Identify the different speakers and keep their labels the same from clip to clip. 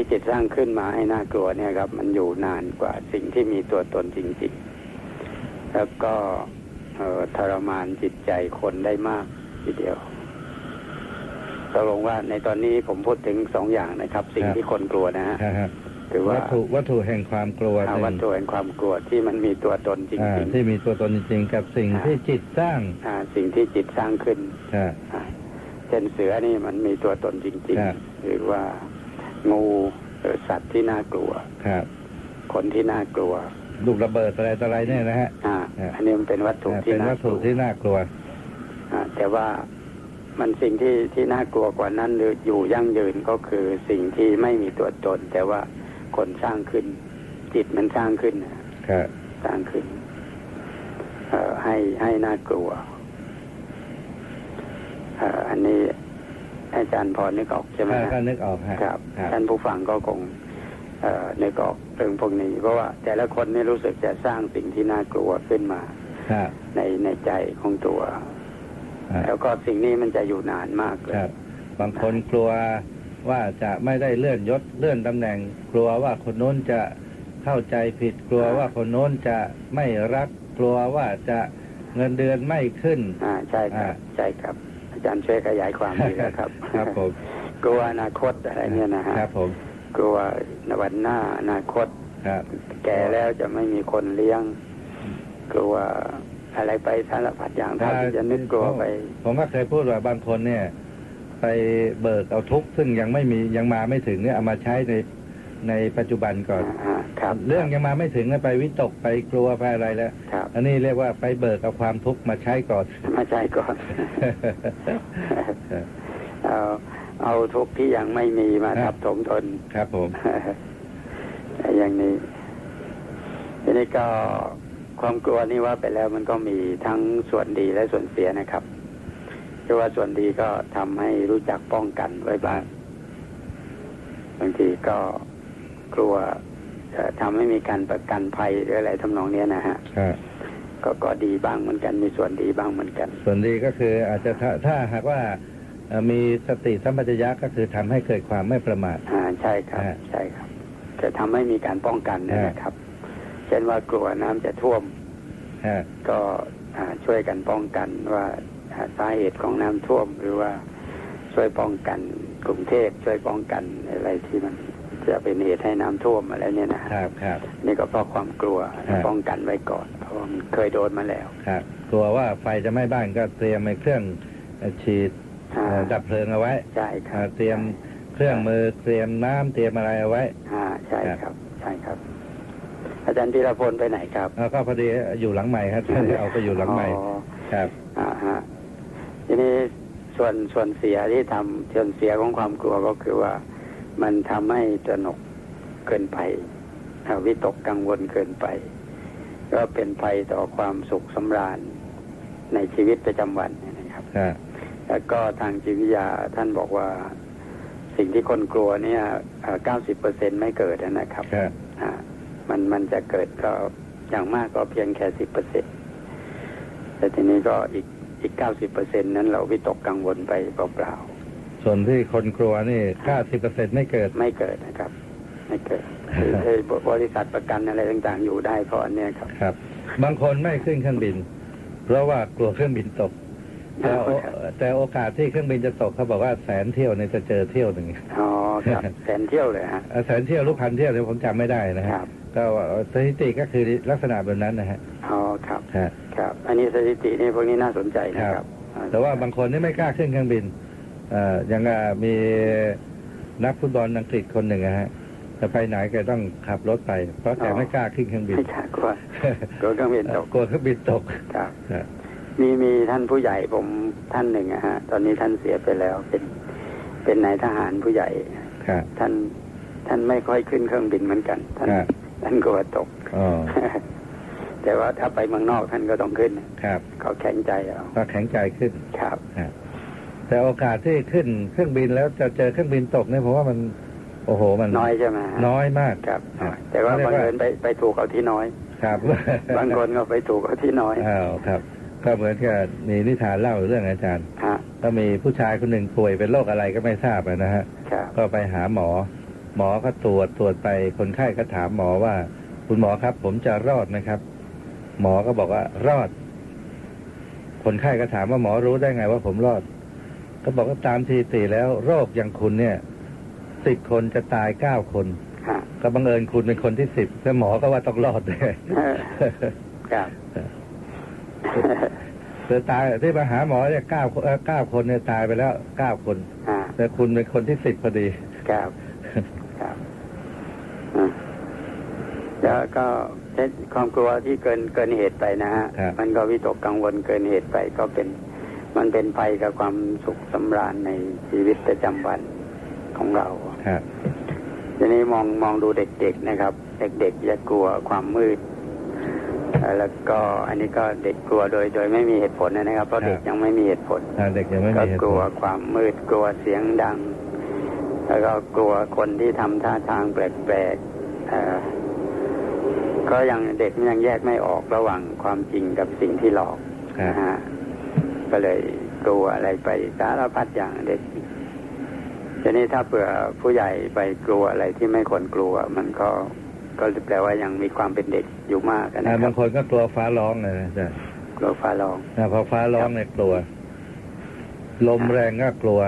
Speaker 1: ที่จิตสร้างขึ้นมาให้น่ากลัวเนี่ยครับ มันอยู่นานกว่าสิ่งที่มีตัวตนจริงๆ แล้วก็เอ่อทรมานจิตใจคนได้มากทีเดียวตกลงว่าในตอนนี้ผมพูดถึงสองอย่างนะครับ สิ่ง
Speaker 2: ครับ
Speaker 1: ที่คนกลัวนะฮะ
Speaker 2: ครับครับ
Speaker 1: หรือว่า
Speaker 2: วัตถุวัตถุแห่งความกลัว
Speaker 1: อ่า
Speaker 2: ห
Speaker 1: วัต
Speaker 2: นึ่ง
Speaker 1: ถุแห่งความกลัวที่มันมีตัวตนจ
Speaker 2: อ่า
Speaker 1: ริง
Speaker 2: ที่มีตัวตนจริงๆกับสิ่ง
Speaker 1: อ่า
Speaker 2: ที่จิตสร้าง
Speaker 1: ๆอ่าสิ่งที่จิตสร้างขึ้น
Speaker 2: ครับ
Speaker 1: อ่าเช่นเสือนี่มันมีตัวตนจริง
Speaker 2: ครับ
Speaker 1: ๆ หรือว่างูหรือสัตว์ที่น่ากลัว
Speaker 2: ครับ
Speaker 1: คนที่น่ากลัว
Speaker 2: ลูกระเบิดอะไรต่ออะไรเนี่ยนะฮะ
Speaker 1: อ่า
Speaker 2: ครับ
Speaker 1: อันนี้มันเป็นวัตถุ
Speaker 2: อ่า
Speaker 1: ที่
Speaker 2: เป็น
Speaker 1: น่า
Speaker 2: วัต
Speaker 1: ก
Speaker 2: ถุ
Speaker 1: ลัว
Speaker 2: ที่น่ากลัว
Speaker 1: อ่าแต่ว่ามันสิ่งที่ที่น่ากลัวกว่านั้นหรืออยู่ยั่งยืนก็คือสิ่งที่ไม่มีตัวตน แต่ว่าคนสร้างขึ้น จิตมันสร้างขึ้นนะ
Speaker 2: ครับ
Speaker 1: สร้างขึ้นเอ่อให้ให้น่ากลัวเอ่ออันนี้ให้อาจารย์พอนึกออกใช่ไหม
Speaker 2: ถ้า
Speaker 1: ฮะ
Speaker 2: ถ้านึกออกฮะ
Speaker 1: ครับ
Speaker 2: ครับ
Speaker 1: ท่านผู้ฟังก็คงเอ่อนึกออกเรื่องพวกนี้ เพราะว่า แต่ละคนนี่รู้สึกจะสร้างสิ่งที่น่ากลัวขึ้นมา
Speaker 2: ครับ
Speaker 1: ในในใจของตัว
Speaker 2: อ่า
Speaker 1: แล้วก็สิ่งนี้มันจะอยู่นานมากเล
Speaker 2: ค
Speaker 1: ย
Speaker 2: รับ บางคนกลัวว่าจะไม่ได้เลื่อนยศเลื่อนตำแหน่ง กลัวว่าคนโน้นจะเข้าใจผิด กลัวว่าคนโน้นจะไม่รัก กลัวว่าจะเงินเดือนไม่ขึ้น
Speaker 1: อ่าใช่ครับ ใช่ครับ อาจารย์ช่วยขยายความดีนะครับ
Speaker 2: ครับผม
Speaker 1: กลัวอนาคตอะไรเนี่ยนะฮะ
Speaker 2: ครับผม
Speaker 1: กลัววันหน้าอนาคต
Speaker 2: ครับ
Speaker 1: แก่แล้วจะไม่มีคนเลี้ยง กลัวอะไรไปสารพัดอย่างเท่าที่จะนึกกลัวไป
Speaker 2: ผมก็เคยพูดว่าบางคนเนี่ย ไปเบิกเอาทุกข์ซึ่งยังไม่มียังมาไม่ถึงเนี่ยเอามาใช้ในในปัจจุบันก่อน
Speaker 1: อ่าครับ
Speaker 2: เรื่องยังมาไม่ถึงแล้วไปวิตกไปกลัวไปอะไรแล้ว
Speaker 1: ครับ
Speaker 2: อันนี้เรียกว่าไปเบิกเอาความทุกข์มาใช้ก่อน
Speaker 1: ไม่ใช่ก่อน เอาเอาทุกข์ที่ยังไม่มีมา
Speaker 2: ครั
Speaker 1: ทับบ ถมทน
Speaker 2: ครับผม
Speaker 1: อย่างนี้ทีนี้ก็ความกลัวนี่ว่าไปแล้วมันก็มีทั้งส่วนดีและส่วนเสียนะครับคือว่าส่วนดีก็ทำให้รู้จักป้องกันไว้บ้างบางทีก็กลัวเอ่อทำให้มีการประกันภัยหรืออะไรทำนองเนี้ยนะฮะ
Speaker 2: ครับ
Speaker 1: ก็ก็ดีบ้างเหมือนกัน มีส่วนดีบ้างเหมือนกัน
Speaker 2: ส่วนดีก็คืออาจจะถ้าถ้าหากว่าเอ่อมีสติสัมปชัญญะก็คือทำให้เกิดความไม่ประมาท
Speaker 1: อ่าใช่ครับ
Speaker 2: ฮะ
Speaker 1: ใช่ครับ จะทำให้มีการป้องกัน
Speaker 2: ฮะ
Speaker 1: นะครับ เช่นว่ากลัวน้ำจะท่วม
Speaker 2: ฮะ
Speaker 1: ก็อ่าช่วยกันป้องกันว่าอ่าสาเหตุของน้ำท่วม หรือว่าช่วยป้องกันกรุงเทพช่วยป้องกันอะไรที่มันจะเป็นเหตุให้น้ำท่วมอะไรเนี่ยนะครับ
Speaker 2: ครับ
Speaker 1: นี่ก็เพราะความกลัว
Speaker 2: ครับ
Speaker 1: ป้องกันไว้ก่อนเพราะว่ามันเคยโดนมาแล้ว
Speaker 2: ครับกลัวว่าไฟจะไหม้บ้านก็เตรียมไอ้เครื่องเอ่อฉีด
Speaker 1: อ่า
Speaker 2: เอ่อดับเพลิงเอาไว้
Speaker 1: ใช่ค
Speaker 2: เอ่
Speaker 1: รั
Speaker 2: อบ เตรียมเครื่องมือเตรียมน้ำเตรียมอะไรเอาไว้
Speaker 1: อ่าใช่ครับ ใช่ครับ อาจารย์ธีรพลไปไหนครับ
Speaker 2: แล้วก็พอดีอยู่หลังใหม่ครับท่านเอาไปอยู่หลังใหม่
Speaker 1: อ๋อ
Speaker 2: ครับ
Speaker 1: อ่าฮะทีนี้ส่วนส่วนเสียที่ทำส่วนเสียของความกลัวก็คือว่ามันทำให้ตระหนกเกินไปอ่าวิตกกังวลเกินไป ก็เป็นภัยต่อความสุขสำราญในชีวิตประจำวันเนี่ยนะครับ
Speaker 2: ครับ
Speaker 1: แล้วก็ทางจิตวิทยาท่านบอกว่าสิ่งที่คนกลัวเนี่ยเก้าสิบเปอร์เซ็นไม่เกิดนะครับ
Speaker 2: ครับ
Speaker 1: อ่ามันมันจะเกิดก็อย่างมากก็เพียงแค่สิบเปอร์เซ็นแต่ทีนี้ก็อีกอีกเก้าสิบเปอร์เซ็นนั้นเราวิตกกังวลไปเปล่า
Speaker 2: ส่วนที่คนกลัวนี่ 90%ไม่เกิด
Speaker 1: ๆไม่เกิดนะครับ ไม่เกิดคือไอ้บริษัทประกันอะไรต่างๆ อยู่ได้เพราะอันเนี้ยครับ
Speaker 2: ครับ บางคนไม่ขึ้นเครื่องบิน เพราะว่ากลัวเครื่องบินตก แต่โอ
Speaker 1: ครับ
Speaker 2: แต่โอกาสที่เครื่องบินจะตกเขาบอกว่าแสนเที่ยวเนี่ยจะเจอเที่ยวหนึ่ง
Speaker 1: อ๋อครับ แสนเที่ยวเลยฮะ
Speaker 2: เอ่อแสนเที่ยวหรือพันเที่ยวเนี่ยผมจำไม่ได้
Speaker 1: ค
Speaker 2: นะฮะ
Speaker 1: รับ
Speaker 2: ก็สถิติก็คือลักษณะแบบนั้นนะฮะ
Speaker 1: อ๋อครับ
Speaker 2: ฮะ
Speaker 1: ครับ อันนี้สถิตินี่พวกนี้น่าสนใจนะครับ
Speaker 2: แต่ว่าบางคนนี่ไม่กล้าขึ้นเครื่องบินเอ่อยังอ่ะมีนักฟุตบอลอังกฤษคนหนึ่งอะฮะจะไปไหนแกต้องขับรถไป เพราะแกไม่กล้าขึ้นเครื่องบิน
Speaker 1: ไม่ใช่กลัว กลัวเครื่องบิน ตก
Speaker 2: กลัวเครื่องบินตก
Speaker 1: ครับ
Speaker 2: ฮะ
Speaker 1: มีมีท่านผู้ใหญ่ผมท่านหนึ่งอะฮะ ตอนนี้ท่านเสียไปแล้ว เป็นเป็นนายทหารผู้ใหญ่
Speaker 2: ครับ
Speaker 1: ท่านท่านไม่ค่อยขึ้นเครื่องบินเหมือนกัน ท่าน
Speaker 2: ครับ
Speaker 1: ท่านกลัวตก
Speaker 2: อ๋อ
Speaker 1: แต่ว่าถ้าไปเมืองนอกท่านก็ต้องขึ้น
Speaker 2: ครับ
Speaker 1: เขาแข็งใจเอา
Speaker 2: ก็แข็งใจขึ้น
Speaker 1: ครับ
Speaker 2: ฮะแต่โอกาสที่ขึ้นเครื่องบินแล้วจะเจอเครื่องบินตกเนี่ยผมว่ามัน โอ้โหมัน
Speaker 1: น้อยใช่ไหมฮะ
Speaker 2: น้อยมาก
Speaker 1: ครับ
Speaker 2: ครับ
Speaker 1: แต่ว่าบังเอิญไปไปถูกเอาที่น้อย
Speaker 2: ครับ
Speaker 1: บางคนก็ไปถูกเอาที่น้อย
Speaker 2: อ้าวครับ ก็เหมือนกับมีนิทานเล่าเรื่องอาจารย์
Speaker 1: ฮะ
Speaker 2: ก็มีผู้ชายคนหนึ่งป่วยเป็นโรคอะไรก็ไม่ทราบอะนะฮะ
Speaker 1: ครับ
Speaker 2: ก็ไปหาหมอ หมอก็ตรวจตรวจไปคนไข้ก็ถามหมอว่า คุณหมอครับ ผมจะรอดไหมครับ หมอก็บอกว่ารอด คนไข้ก็ถามว่าหมอรู้ได้ไงว่าผมรอด ก็บอกว่าตามสถิติแล้ว โรคอย่างคุณเนี่ยสิบคนจะตายเก้าคน
Speaker 1: ฮะ
Speaker 2: ก็บังเอิญคุณเป็นคนที่สิบแล้วหมอก็ว่าต้องรอดเลย
Speaker 1: เออ ครับ
Speaker 2: เธอตายที่มาหาหมอเนี่ยเก้าคนเอ่อเก้าคนเนี่ยตายไปแล้วเก้าคน
Speaker 1: อ่า
Speaker 2: แต่คุณเป็นคนที่สิบพอดี
Speaker 1: ครับ ครับอ่ะแล้วก็ใช้ความกลัวที่เกินเกินเหตุไปนะฮะ
Speaker 2: ครับ
Speaker 1: มันก็วิตกกังวลเกินเหตุไปก็เป็น มันเป็นภัยกับความสุขสำราญในชีวิตประจำวันของเรา
Speaker 2: ครับ
Speaker 1: ทีนี้มองมองดูเด็กๆนะครับ เด็กๆจะกลัวความมืดเอ่อแล้วก็อันนี้ก็เด็กกลัวโดย โดยไม่มีเหตุผลนะครับ เพราะ
Speaker 2: ครับ
Speaker 1: เด็กยังไม่มีเหตุผล
Speaker 2: อ่าเด็กยังไม่
Speaker 1: ก็
Speaker 2: มีเหตุ
Speaker 1: ก
Speaker 2: ผ
Speaker 1: ลัว
Speaker 2: ล
Speaker 1: ความมืดกลัวเสียงดัง แล้วก็กลัวคนที่ทำท่าทางแปลกๆเอ่อก็ยังเด็กยังแยกไม่ออกระหว่างความจริงกับสิ่งที่หลอก
Speaker 2: ครับ
Speaker 1: นะฮะก็เลยกลัวอะไรไปสารพัดอย่างเด็กทีนี้ถ้าเผื่อผู้ใหญ่ไปกลัวอะไรที่ไม่ควรกลัว มันก็ก็แปลว่ายังมีความเป็นเด็กอยู่มากนะครับบ
Speaker 2: อ่าางคนก็กลัวฟ้าร้องเลยนะอาจ๊ะ
Speaker 1: กลัวฟ้าร้อง
Speaker 2: อ่าพอฟ้าร้องเนี่ยกลัว ลมแรงก็กลัว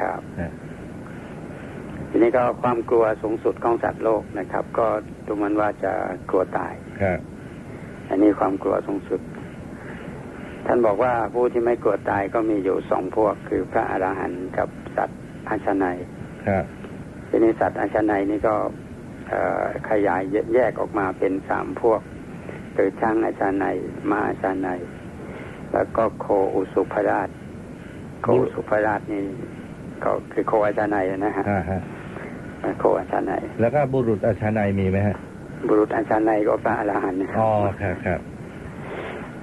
Speaker 1: ครับ
Speaker 2: ฮะ
Speaker 1: ทีนี้ก็ความกลัวสูงสุดของสัตว์โลกนะครับ ก็ดูเหมันว่าจะกลัวตาย
Speaker 2: ครับ
Speaker 1: อันนี้ความกลัวสูงสุด ท่านบอกว่าผู้ที่ไม่กลัวตายก็มีอยู่สองพวก คือพระอรหันต์กับสัตว์อาชนัย
Speaker 2: ครับ
Speaker 1: ทีนี้สัตว์อาชนัยนี่ก็เอ่อขยายแยกออกมาเป็นสามพวกคือช้างอาชนัยม้าอาชนัย แล้วก็โคอุสุภราช โคอุสุภราชนี่ ก็คือโคอาชนัยนะฮะ
Speaker 2: อ่าฮะ
Speaker 1: โคอาชนัย
Speaker 2: แล้วก็บุรุษอาชานัยมีไหมฮะ
Speaker 1: บุรุษอาชนัยก็พระอรหันต์นะครั
Speaker 2: อ๋อ
Speaker 1: บ
Speaker 2: ครับครับ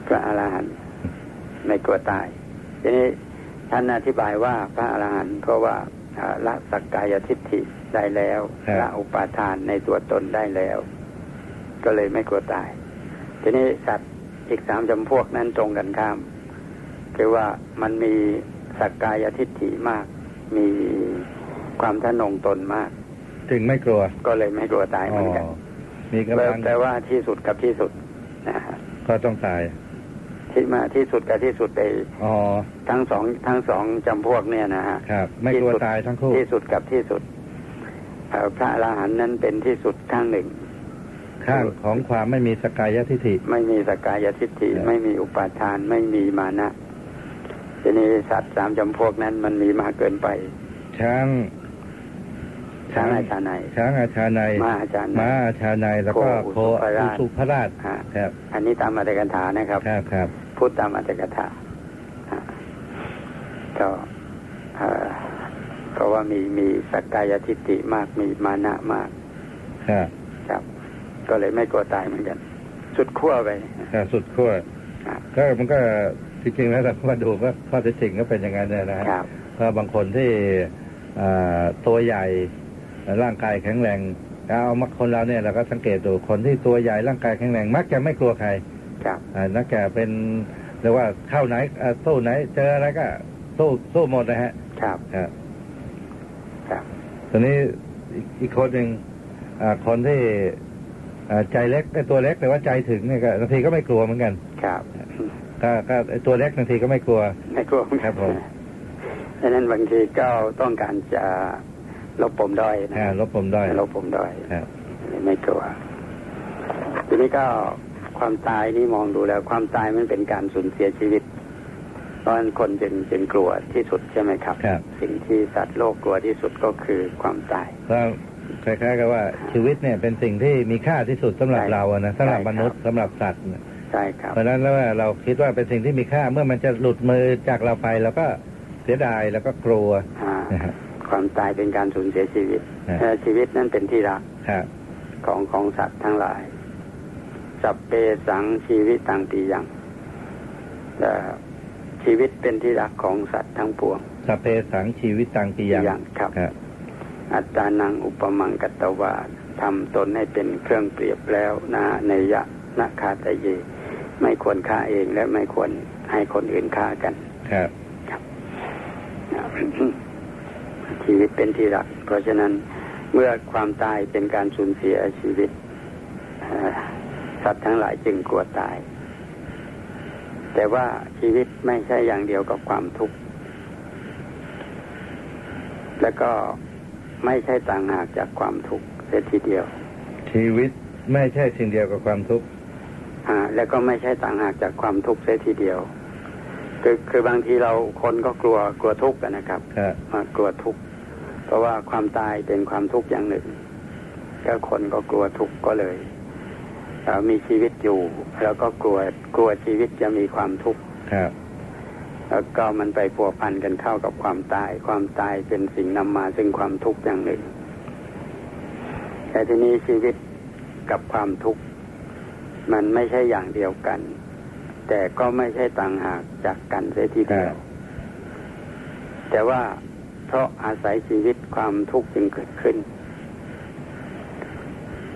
Speaker 1: พระอรหันต์ไม่กลัวตาย ทีนี้ท่านอธิบายว่าพระอรหันต์เพราะว่าอ่าละสักกายทิฏฐิได้แล้ว
Speaker 2: ครับ
Speaker 1: ละอุปาทานในตัวตนได้แล้ว ก็เลยไม่กลัวตาย ทีนี้สัตว์อีกสามจำพวกนั้นตรงกันข้าม คือว่ามันมีสักกายทิฏฐิมาก มีความทะนงตนมาก
Speaker 2: จึงไม่กลัว
Speaker 1: ก็เลยไม่กลัวตายเหมือนกัน
Speaker 2: อ๋อ มีกำ
Speaker 1: แปล
Speaker 2: ลัง
Speaker 1: แปลว่าที่สุดกับที่สุดนะฮะ
Speaker 2: ก็ต้องตาย
Speaker 1: ที่มาที่สุดกับที่สุดไป
Speaker 2: อ๋อ
Speaker 1: ทั้งสองทั้งสองจำพวกเนี่ยนะฮะ
Speaker 2: ครับ ไม่กลัวตายทั้งคู่
Speaker 1: ที่สุดกับที่สุดเอ่อพระอรหันต์นั้นเป็นที่สุดข้างหนึ่ง
Speaker 2: ข้างของความไม่มีสกายทิฐิ
Speaker 1: ไม่มีสกายทิฏฐิ
Speaker 2: ครับ
Speaker 1: ไม่มีอุปาทาน ไม่มีมานะทีนี้สัตว์สามจำพวกนั้นมันมีมากเกินไป
Speaker 2: ช้าง
Speaker 1: ช้างอาชาไนย
Speaker 2: ช้างอาชาในย
Speaker 1: มาอาจารย์
Speaker 2: ม้าอาชาในยแล้วก็โค
Speaker 1: โคอุ
Speaker 2: อุ
Speaker 1: สุ
Speaker 2: สุภ
Speaker 1: ภ
Speaker 2: รา
Speaker 1: รา
Speaker 2: ช
Speaker 1: ช
Speaker 2: ครับ
Speaker 1: อันนี้ตามอัตถกถานะครับ
Speaker 2: ครับครับ
Speaker 1: พูดตามอัตถกถาอ่ะก็เอ่อก็ว่ามีมีสกายทิฏฐิมากมีมานะมาก
Speaker 2: ครับ
Speaker 1: ครับ ก็เลยไม่กลัวตายเหมือนกัน สุดขั้วไป
Speaker 2: ครับสุดขั้ว
Speaker 1: ครับ
Speaker 2: ก็มันก็จริงๆแล้วเรามาดูก็ข้อเท็จจริงก็เป็นอย่างนั้นเนี่ยนะฮะ
Speaker 1: ครับ
Speaker 2: ก็บางคนที่เอ่อตัวใหญ่ร่างกายแข็งแรงเอามาคนเราเนี่ยเราก็สังเกตดูคนที่ตัวใหญ่ร่างกายแข็งแรงมักจะไม่กลัวใคร
Speaker 1: ครับ
Speaker 2: อ่านักแก่เป็นเรียกว่าเข้าไหนเอ่อสู้ไหน เจออะไรก็สู้สู้หมดนะฮะ
Speaker 1: ครับ
Speaker 2: ครับ
Speaker 1: ครับ
Speaker 2: ตอนนี้อีกอีกคนหนึ่งอ่าคนที่อ่าใจเล็กไอ้ตัวเล็กแต่ว่าใจถึงเนี่ยก็บางทีก็ไม่กลัวเหมือนกัน
Speaker 1: ครับ
Speaker 2: ก็ก็ไอ้ตัวเล็กบางทีก็ไม่กลัว
Speaker 1: ไม่กลัว
Speaker 2: ครับผม
Speaker 1: ดังนั้นบางทีก็ต้องการจะลบปมด้อยนะ
Speaker 2: อ่าลบผมด้อย
Speaker 1: ลบปมด้อย
Speaker 2: ครับ
Speaker 1: ไม่กลัวทีนี้ก็ความตายนี่มองดูแล้ว ความตายมันเป็นการสูญเสียชีวิตตอนคนจึงจึงกลัวที่สุดใช่ไหมครับ
Speaker 2: ครับ
Speaker 1: สิ่งที่สัตว์โลกกลัวที่สุดก็คือความตาย
Speaker 2: ก็คล้ายๆกับว่าชีวิตเนี่ยเป็นสิ่งที่มีค่าที่สุดสำหรับ
Speaker 1: ใช่
Speaker 2: เราอะนะสำหรับ
Speaker 1: ใช่ค
Speaker 2: ม
Speaker 1: รับ
Speaker 2: นุษย์สำหรับสัตว์เนี่ย
Speaker 1: ใช่ครับ
Speaker 2: เพราะฉะนั้นแล้วว่าเราคิดว่าเป็นสิ่งที่มีค่าเมื่อมันจะหลุดมือจากเราไปเราก็เสียดายแล้วก็กลัว
Speaker 1: อ่า
Speaker 2: นะฮะ
Speaker 1: ความตายเป็นการสูญเสียชีวิต
Speaker 2: ครับ
Speaker 1: และชีวิตนั้นเป็นที่รัก
Speaker 2: ครับ
Speaker 1: ของของสัตว์ทั้งหลาย สัพเปสังชีวิตตังปียังเอ่อชีวิตเป็นที่รักของสัตว์ทั้งปวง
Speaker 2: สพเพสังชีวิตตังกิยัง
Speaker 1: กิยังครับ
Speaker 2: ครับ
Speaker 1: อัตตานังอุปมังกัตตวาทำตนให้เป็นเครื่องเปรียบแล้วนะในยะนะคาตะเย ไม่ควรฆ่าเองและไม่ควรให้คนอื่นฆ่ากัน
Speaker 2: ครับ
Speaker 1: ชีวิตเป็นที่รัก เพราะฉะนั้น เมื่อความตายเป็นการสูญเสียชีวิตเอ่อสัตว์ทั้งหลายจึงกลัวตาย แต่ว่าชีวิตไม่ใช่อย่างเดียวกับความทุกข์ และก็ไม่ใช่ต่างหากจากความทุกข์เสียทีเดียว
Speaker 2: ชีวิตไม่ใช่สิ่งเดียวกับความทุกข์
Speaker 1: อ่าและก็ไม่ใช่ต่างหากจากความทุกข์เสียทีเดียว คือคือบางทีเราคนก็กลัวกลัวทุกข์อะนะครับ
Speaker 2: ครับ
Speaker 1: มากลัวทุกข์เพราะว่าความตายเป็นความทุกข์อย่างหนึ่งก็คนก็กลัวทุกข์ก็เลยเอ่อมีชีวิตอยู่ แล้วก็กลัวกลัวชีวิตจะมีความทุกข์
Speaker 2: ครับ
Speaker 1: แล้วก็มันไปพัวพันกันเข้ากับความตาย ความตายเป็นสิ่งนำมาซึ่งความทุกข์อย่างหนึ่ง แต่ทีนี้ชีวิตกับความทุกข์ มันไม่ใช่อย่างเดียวกัน แต่ก็ไม่ใช่ต่างหากจากกันเสียทีเดีย
Speaker 2: ครั
Speaker 1: ว
Speaker 2: บ
Speaker 1: แต่ว่าเพราะอาศัยชีวิตความทุกข์จึงเกิดขึ้น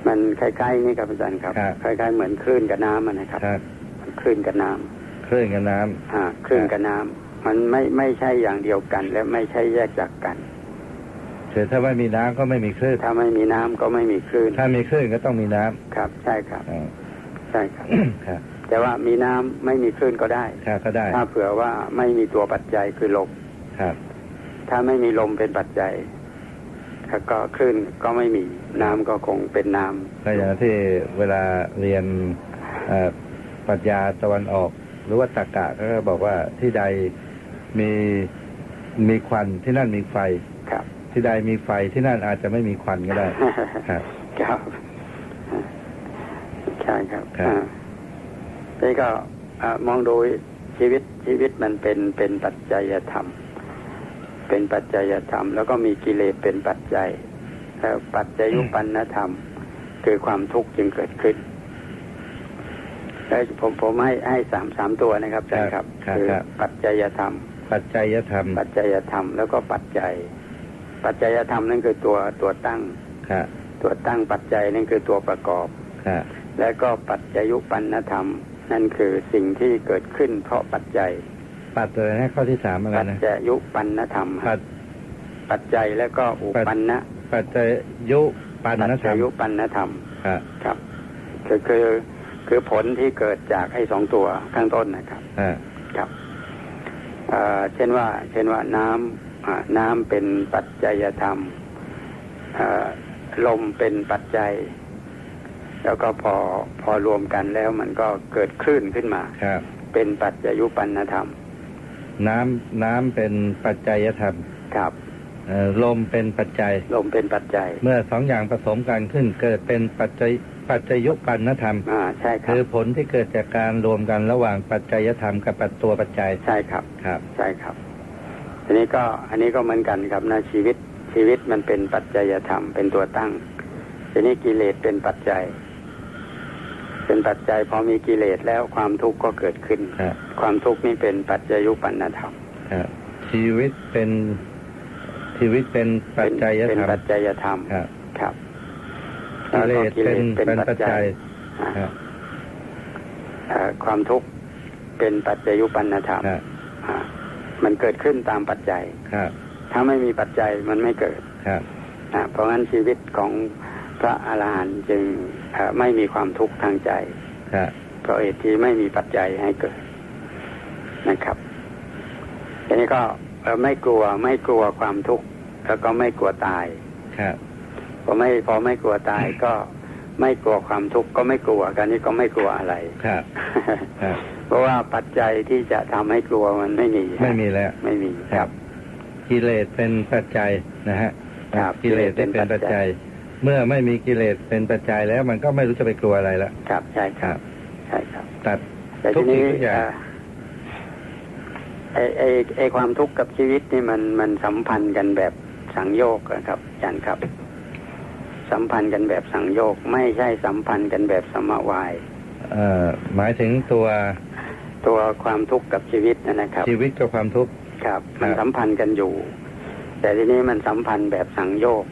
Speaker 1: มันคล้ายๆนี่ครับอาจารย์ครับ
Speaker 2: ครับ
Speaker 1: คล้ายๆเหมือนคลื่นกับน้ำอะนะครับ
Speaker 2: ครับ
Speaker 1: มันคลื่นกับน้ำ
Speaker 2: เคลื่อนกับน้ำ
Speaker 1: อ่าคลื่นกับน้ำมันไม่ไม่ใช่อย่างเดียวกัน และไม่ใช่แยกจากกัน
Speaker 2: แต่ถ้าไม่มีน้ำก็ไม่มีคลื่น
Speaker 1: ถ้าไม่มีน้ำก็ไม่มีคลื่น
Speaker 2: ถ้ามีคลื่นก็ต้องมีน้ำ
Speaker 1: ครับ ใช่ครับ
Speaker 2: อ่า
Speaker 1: ใช่ครับ
Speaker 2: ครับ
Speaker 1: แต่ว่ามีน้ำไม่มีคลื่นก็ได้
Speaker 2: ครับก็ได้
Speaker 1: ถ้าเผื่อว่าไม่มีตัวปัจจัยคือลม
Speaker 2: ครับ
Speaker 1: ถ้าไม่มีลมเป็นปัจจัยก็คลื่นก็ไม่มีน้ำก็คงเป็นน้ำ
Speaker 2: ก็อย่างที่เวลาเรียนเอ่อปรัชญาตะวันออก หรือว่าตรรกะก็บอกว่าที่ใดมีมีควันที่นั่นมีไฟ
Speaker 1: ครับ
Speaker 2: ที่ใดมีไฟที่นั่นอาจจะไม่มีควันก็ได้ ครับ
Speaker 1: ครับใช่ครับ
Speaker 2: ครับ
Speaker 1: อ่านี่ก็อ่ามองดูชีวิตชีวิตมันเป็นเป็นปัจจัยธรรม เป็นปัจจัยธรรม แล้วก็มีกิเลสเป็นปัจจัยแล้วปัจจยุปันนธรรม คือความทุกข์จึงเกิดขึ้นแล้วผมผมให้ให้สามสามตัวนะครับอาจารย์ครับ
Speaker 2: ครับ
Speaker 1: อ
Speaker 2: ครับ
Speaker 1: ปัจจัยธรรม
Speaker 2: ปัจจัยธรรม
Speaker 1: ปัจจัยธรรมแล้วก็ปัจจัย ปัจจัยธรรมนั่นคือตัวตัวตั้ง
Speaker 2: ค่ะ
Speaker 1: ตัวตั้งปัจจัยนั่นคือตัวประกอบ
Speaker 2: ค่ะ
Speaker 1: และก็ปัจจยุปันธรรม นั่นคือสิ่งที่เกิดขึ้นเพราะปัจจัย
Speaker 2: ปัดเลยนะข้อที่สามอะไร
Speaker 1: ปัจ
Speaker 2: นะ
Speaker 1: จยุปันธรรม
Speaker 2: ปัด
Speaker 1: ปัจจัยและก็อุปันนะ
Speaker 2: ปัจจยุปัน
Speaker 1: ปัจ
Speaker 2: นธร
Speaker 1: จ
Speaker 2: รม
Speaker 1: ยุปันธรรม
Speaker 2: ค่ะ
Speaker 1: ครับคือคือคือผลที่เกิดจากไอ้สองตัวข้างต้นนะครับ
Speaker 2: ค่ะ
Speaker 1: ครับเอ่อเช่นว่า เช่นว่าน้ำอ่าน้ำเป็นปัจจัยธรรมเอ่อลมเป็นปัจจัย แล้วก็พอพอรวมกันแล้วมันก็เกิดคลื่นขึ้นมา
Speaker 2: ครับ
Speaker 1: เป็นปัจจยุปันธรรม
Speaker 2: น้ำน้ำเป็นปัจจัยธรรม
Speaker 1: ครับ
Speaker 2: เอ่อลมเป็นปัจจัย
Speaker 1: ลมเป็นปัจจัย
Speaker 2: เมื่อสองอย่างผสมกันขึ้นเกิดเป็นปัจจัยปัจจยุปันนธรรม
Speaker 1: อ่าใช่ครั
Speaker 2: คือบ ผลที่เกิดจากการรวมกันระหว่างปัจจัยธรรมกับปัจตัวปัจจัย
Speaker 1: ใช่ครับ
Speaker 2: ครับ
Speaker 1: ใช่ครับ ทีนี้ก็อันนี้ก็เหมือนกันครับนะชีวิตชีวิตมันเป็นปัจจัยธรรมเป็นตัวตั้ง ทีนี้กิเลสเป็นปัจจัย เป็นปัจจัยพอมีกิเลสแล้วความทุกข์ก็เกิดขึ้น
Speaker 2: ครับ
Speaker 1: ความทุกข์นี่เป็นปัจจยุปันธรรม
Speaker 2: ครับ ชีวิตเป็นชีวิตเป็นปัจจัย
Speaker 1: เป็นเป็น
Speaker 2: ธรรม
Speaker 1: ปัจจัยธรรม
Speaker 2: ครับ
Speaker 1: ครับ
Speaker 2: กิเลสเป็น
Speaker 1: แล้วก็
Speaker 2: เป็นปัจจัย
Speaker 1: อ่า
Speaker 2: ครับ
Speaker 1: เอ่อความทุกข์เป็นปัจจยุปันธรรม
Speaker 2: ครับ
Speaker 1: อ่ามันเกิดขึ้นตามปัจจัย
Speaker 2: ครับ
Speaker 1: ถ้าไม่มีปัจจัยมันไม่เกิด
Speaker 2: ครับ
Speaker 1: อ่าเพราะงั้นชีวิตของพระอาหารหันต์จึงเอ่อไม่มีความทุกข์ทางใจ
Speaker 2: ครับ
Speaker 1: เพราะเหตุที่ไม่มีปัจจัยให้เกิดนะครับทีนี้ก็เอ่อไม่กลัวไม่กลัวความทุกข์แล้วก็ไม่กลัวตาย
Speaker 2: ครับ
Speaker 1: พอไม่พอไม่กลัวตายก็ไม่กลัวความทุกข์ก็ไม่กลัวกันนี้ก็ไม่กลัวอะไร
Speaker 2: ครับครับ
Speaker 1: เพราะว่าปัจจัยที่จะทำให้กลัวมันไม่มี
Speaker 2: ไม่มีแล้ว
Speaker 1: ไม่มีครับ
Speaker 2: กิเลสเป็นปัจจัยนะฮะ
Speaker 1: ครับ
Speaker 2: กิเลสได้เป็นปัจจัย เมื่อไม่มีกิเลสเป็นปัจจัยแล้วมันก็ไม่รู้จะไปกลัวอะไรละ
Speaker 1: ครับใช่ค
Speaker 2: ครับ รับ
Speaker 1: ใช่ครับ
Speaker 2: ตัด
Speaker 1: แต่
Speaker 2: ทุ
Speaker 1: ที
Speaker 2: ก
Speaker 1: นี้
Speaker 2: สิ่งทุกอย่าง
Speaker 1: เอ่อไอไอไอความทุกข์กับชีวิตนี่มันมันสัมพันธ์กันแบบสังโยกนะครับอาจารย์ครับ สัมพันธ์กันแบบสังโยกไม่ใช่สัมพันธ์กันแบบสมวาย
Speaker 2: เอ่อหมายถึงตัว
Speaker 1: ตัวความทุกข์กับชีวิตนะครับ
Speaker 2: ชีวิตกับความทุกข์
Speaker 1: ครับ
Speaker 2: ครั
Speaker 1: มัน
Speaker 2: บ
Speaker 1: สัมพันธ์กันอยู่ แต่ทีนี้มันสัมพันธ์แบบสังโยก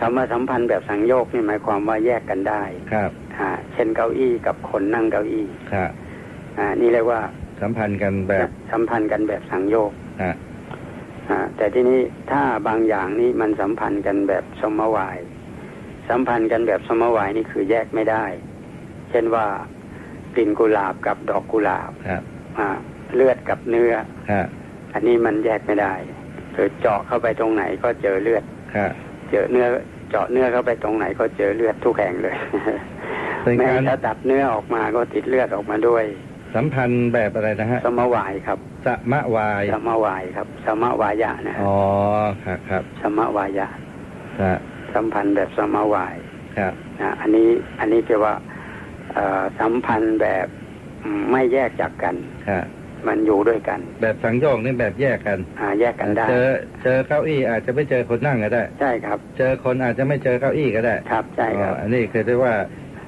Speaker 1: คำว่าสัมพันธ์แบบสังโยกนี่หมายความว่าแยกกันได้
Speaker 2: ครับ
Speaker 1: อ่าเช่นเก้าอี้กับคนนั่งเก้าอี้
Speaker 2: ครับ
Speaker 1: อ่านี่เรียกว่า
Speaker 2: สัมพันธ์กันแบบ
Speaker 1: สัมพันธ์กันแบบสังโยก
Speaker 2: อ่ะ
Speaker 1: อ่าแต่ที่นี้ถ้าบางอย่างนี่มันสัมพันธ์กันแบบสมวาย สัมพันธ์กันแบบสมวายนี่คือแยกไม่ได้ เช่นว่ากลิ่นกุหลาบกับดอกกุหลาบ
Speaker 2: ครับ
Speaker 1: อ่าเลือดกับเนื้อ
Speaker 2: ค่ะ
Speaker 1: อันนี้มันแยกไม่ได้คือเจาะเข้าไปตรงไหนก็เจอเลือด
Speaker 2: ค่ะ
Speaker 1: เจอเนื้อเจาะเนื้อเข้าไปตรงไหนก็เจอเลือดทุกแห่งเลย
Speaker 2: เป็น
Speaker 1: แม้
Speaker 2: การ
Speaker 1: ถ้าตัดเนื้อออกมาก็ติดเลือดออกมาด้วย
Speaker 2: สัมพันธ์แบบอะไรนะฮะ
Speaker 1: สมวายครับ
Speaker 2: สมะวาย
Speaker 1: สมวายครับ สมวายะนะฮะ
Speaker 2: อ๋อครับครับ
Speaker 1: สมวายะ
Speaker 2: ครับ
Speaker 1: สัมพันธ์แบบสมวาย
Speaker 2: ครับ
Speaker 1: นะอันนี้อันนี้คือว่าเอ่อสัมพันธ์แบบไม่แยกจากกัน
Speaker 2: ครับ
Speaker 1: มันอยู่ด้วยกัน
Speaker 2: แบบสังโยกนี่แบบแยกกัน
Speaker 1: อ่าแยกกันได้
Speaker 2: เจอเจอเก้าอี้อาจจะไม่เจอคนนั่งก็ได้
Speaker 1: ใช่ครับ
Speaker 2: เจอคนอาจจะไม่เจอเก้าอี้ก็ได้
Speaker 1: ครับใช่ครับ
Speaker 2: อ๋ออันนี้คือเรียกว่า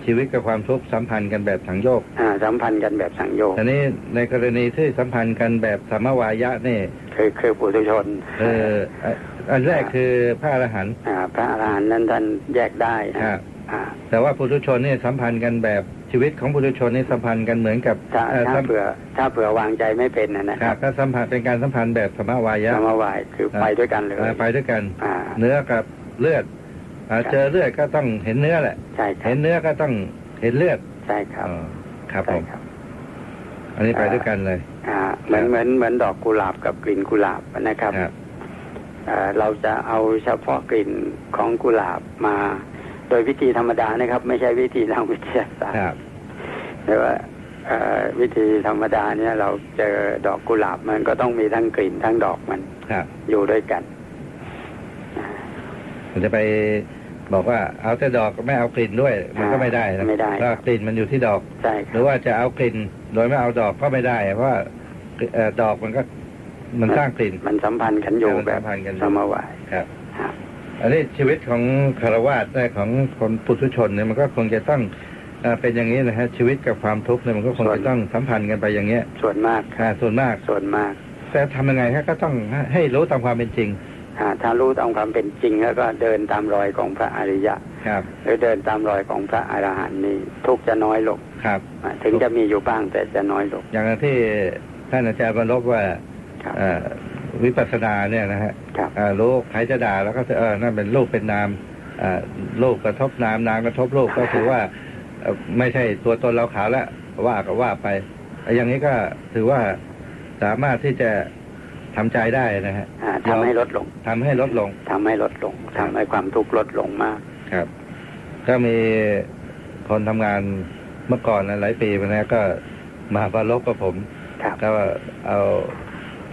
Speaker 2: ชีวิตกับความทุกข์สัมพันธ์กันแบบสังโยก
Speaker 1: อ่าสัมพันธ์กันแบบสังโยค
Speaker 2: อันนี้ในกรณีที่สัมพันธ์กันแบบสมวายะนี่
Speaker 1: คือคือปุถุชน
Speaker 2: เอออ่ะอันแรกคือพระอรหันต์
Speaker 1: าพระอรหันต์นั้นท่านแยกได้นะครับ อ่า
Speaker 2: แต่ว่าปุถุชนเนี่ยสัมพันธ์กันแบบชีวิตของปุถุชนนี่สัมพันธ์กันเหมือนกับ
Speaker 1: ถ้า
Speaker 2: เอ่อ
Speaker 1: ถ้า
Speaker 2: สัม
Speaker 1: เผื่อถ้าเผื่อวางใจไม่เป็นนะนะ
Speaker 2: ค
Speaker 1: ค
Speaker 2: รั
Speaker 1: รั
Speaker 2: บบ ถ้าสัมพันธ์เป็นการสัมพันธ์แบบสมวายะ
Speaker 1: ธรรมวายคือไปด้วยกันเลย
Speaker 2: เอ่อไปด้วยกัน
Speaker 1: อ่า
Speaker 2: เนื้อกับเลือดอ่ะ
Speaker 1: ครับ
Speaker 2: เจอเลือดก็ต้องเห็นเนื้อแหละ
Speaker 1: ใช่ครั
Speaker 2: เห็
Speaker 1: บ
Speaker 2: นเนื้อก็ต้องเห็นเลือด
Speaker 1: ใช่ครับ
Speaker 2: อ๋อครับผ
Speaker 1: ใช่
Speaker 2: ม
Speaker 1: ครับ
Speaker 2: อันนี้ไปด้วยกันเลย
Speaker 1: อ่า เหมือน
Speaker 2: ครับ
Speaker 1: เหมือนเหมือนดอกกุหลาบกับกลิ่นกุหลาบนะครับ
Speaker 2: ครับ
Speaker 1: อ่าเราจะเอาเฉพาะกลิ่นของกุหลาบมา โดยวิธีธรรมดานะครับ ไม่ใช่วิธีทางวิทยาศาสต
Speaker 2: ค
Speaker 1: ร์
Speaker 2: รับ
Speaker 1: แต่ว่าเอ่อวิธีธรรมดาเนี่ยเราเจอดอกกุหลาบมันก็ต้องมีทั้งกลิ่นทั้งดอกมัน
Speaker 2: ครับ
Speaker 1: อยู่ด้วยกัน
Speaker 2: มันจะไปบอกว่าเอาแต่ดอกไม่เอากลิ่นด้วย มันก็ไม่ได้นะ
Speaker 1: ไม่ได้
Speaker 2: เพราะกลิ่นมันอยู่ที่ดอก
Speaker 1: ใช่ค
Speaker 2: ห
Speaker 1: รั
Speaker 2: รือบ ว่าจะเอากลิ่นโดยไม่เอาดอกก็ไม่ได้ เพราะว่าเอ่อดอกมันก็มันสร้างกลิ่น
Speaker 1: มันสัมพันธ์กันอยู่
Speaker 2: มัน
Speaker 1: แบ
Speaker 2: สั
Speaker 1: บ
Speaker 2: มพันธ์กันอยู่
Speaker 1: สมวาย
Speaker 2: ครับ
Speaker 1: ครับ
Speaker 2: อันนี้ชีวิตของคารวาสเนี่ยของคนปุถุชนเนี่ยมันก็คงจะต้องเอ่อเป็นอย่างนี้นะฮะชีวิตกับความทุกข์เนี่ยมันก็คงจะต้องสัมพันธ์กันไปอย่างเงี้ย
Speaker 1: ส่วนมาก
Speaker 2: ค่ะส่วนมาก
Speaker 1: ส่วนมาก
Speaker 2: แต่ทำยังไงฮะก็ต้องให้รู้ตามความเป็นจริง
Speaker 1: อ่าถ้ารู้ตามความเป็นจริงแล้วก็เดินตามรอยของพระอริยะ
Speaker 2: ครับ
Speaker 1: หรือเดินตามรอยของพระอรหันต์นี่ทุกข์จะน้อยลง
Speaker 2: ครับ
Speaker 1: อ่าถึงจะมีอยู่บ้างแต่จะน้อยลง
Speaker 2: อย่างที่ท่านอาจารย์บรรลบว่า
Speaker 1: ครับ
Speaker 2: เอ่อวิปัสสนาเนี่ยนะฮะ
Speaker 1: ครับ
Speaker 2: อ่าลูกใครจะด่าแล้วก็เออนั่นเป็นลูกเป็นนามอ่าลูกกระทบนามนามกระทบลูกก็ถือว่าเอ่อไม่ใช่ตัวตนเราขาวแล้วว่าก็ว่าไปอย่างนี้ก็ถือว่าสามารถที่จะทำใจได้นะฮะ
Speaker 1: อ่าทำให้ลดลง
Speaker 2: ทำให้ลดลง
Speaker 1: ทำให้ลดลงทำให้ความทุกข์ลดลงมาก
Speaker 2: ครับ ก็มีคนทำงานเมื่อก่อนนะหลายปีมาแล้วก็มาประลบกับผม
Speaker 1: ครับ
Speaker 2: ก็เอา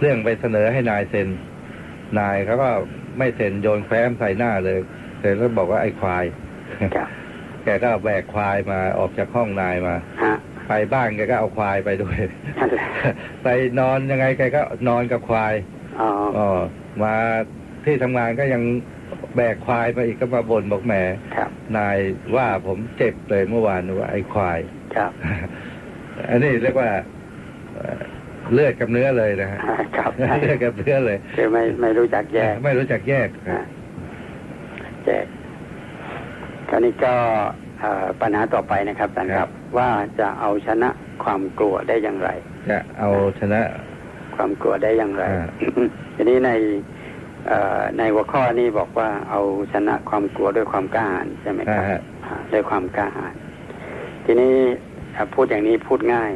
Speaker 2: เรื่องไปเสนอให้นายเซ็น นายเขาก็ไม่เซ็นโยนแฟ้มใส่หน้าเลย เสร็จแล้วบอกว่าไอ้ควาย
Speaker 1: ครับ
Speaker 2: แกก็เอาแบกควายมาออกจากห้องนายมา
Speaker 1: ฮะ
Speaker 2: ไปบ้านแกก็เอาควายไปด้วย
Speaker 1: นั่นแหละ
Speaker 2: ไปนอนยังไงแกก็นอนกับควาย
Speaker 1: อ๋อ
Speaker 2: อ๋อมาที่ทำงานก็ยังแบกควายมาอีกก็มาบ่นบอกแหม
Speaker 1: ครับ
Speaker 2: นายว่าผมเจ็บเลยเมื่อวานว่าไอ้ควาย
Speaker 1: ครับ
Speaker 2: อันนี้เรียกว่าเอ่อเลือดกับเนื้อเลยนะฮะ
Speaker 1: อ่าครับ
Speaker 2: เลือดกับเนื้อเลย
Speaker 1: คือไม่ไม่รู้จักแยก
Speaker 2: ไม่รู้จักแยกค
Speaker 1: อ่ะ
Speaker 2: รับ
Speaker 1: แจกคราวนี้ก็เอ่อปัญหาต่อไปนะครับอาจารย์ค
Speaker 2: ครั
Speaker 1: รับ
Speaker 2: บ
Speaker 1: ว่าจะเอาชนะความกลัวได้อย่างไร
Speaker 2: จะเอาชนะ
Speaker 1: ความกลัวได้อย่างไร
Speaker 2: อ่า
Speaker 1: ทีนี้ในเอ่อในหัวข้อนี้บอกว่าเอาชนะความกลัวด้วยความกล้าหาญใช่ไหมค
Speaker 2: นะ
Speaker 1: รับ
Speaker 2: ฮะ
Speaker 1: อ่าด้วยความกล้าหาญทีนี้อ่ะพูดอย่างนี้พูดง่าย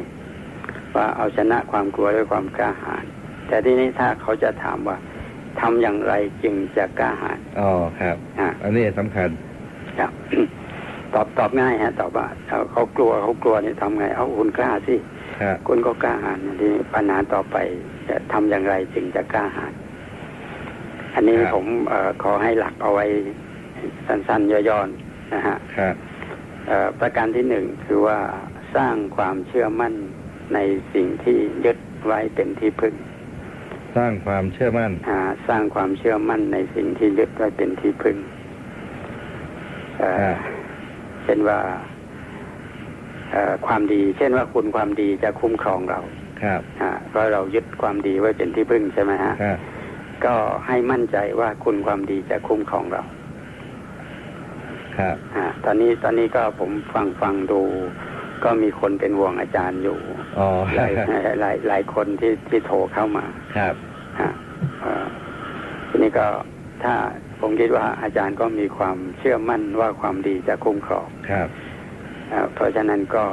Speaker 1: ว่าเอาชนะความกลัวด้วยความกล้าหาญแต่ทีนี้ถ้าเขาจะถามว่าทำอย่างไรจึงจะกล้าหาญ
Speaker 2: อ๋อครับ
Speaker 1: อ่า
Speaker 2: อันนี้สำคัญ
Speaker 1: ครับ ตอบตอบง่ายฮะ ตอบว่าเอาเขากลัวเขากลัวนี่ทำไง เอาคุณกล้าสิ
Speaker 2: ครับ
Speaker 1: คุณก็กล้าหาญนะทีนี้ปัญหาต่อไปจะทำอย่างไรจึงจะกล้าหาญอันนี้
Speaker 2: ครับ
Speaker 1: ผมเออขอให้หลักเอาไว้สั้นๆย่อๆนะฮะ
Speaker 2: ครับ
Speaker 1: เอ่อประการที่หนึ่งคือว่าสร้างความเชื่อมั่นในสิ่งที่ยึดไว้เป็นที่พึ่ง
Speaker 2: สร้างความเชื่อมั่น
Speaker 1: อ่าสร้างความเชื่อมั่นในสิ่งที่ยึดไว้เป็นที่พึ่งเอ่อ
Speaker 2: ครับ
Speaker 1: เช่นว่าเอ่อความดี เช่นว่าคุณความดีจะคุ้มครองเรา
Speaker 2: ครับ
Speaker 1: อ่าเพราะเรายึดความดีไว้เป็นที่พึ่งใช่ไหมฮะ
Speaker 2: ครับ
Speaker 1: ก็ให้มั่นใจว่าคุณความดีจะคุ้มครองเรา
Speaker 2: ครับ
Speaker 1: อ่าตอนนี้ตอนนี้ก็ผมฟังฟังดู ก็มีคนเป็นห่วงอาจารย์อยู่
Speaker 2: อ๋อ
Speaker 1: หลายหลายหลายคนที่ที่โทรเข้ามา
Speaker 2: ครับ
Speaker 1: ฮะเอ่อ นี้ก็ถ้าผมคิดว่าอาจารย์ก็มีความเชื่อมั่นว่าความดีจะคุ้มครอง
Speaker 2: ครับ
Speaker 1: นะครับเพราะฉะนั้นก็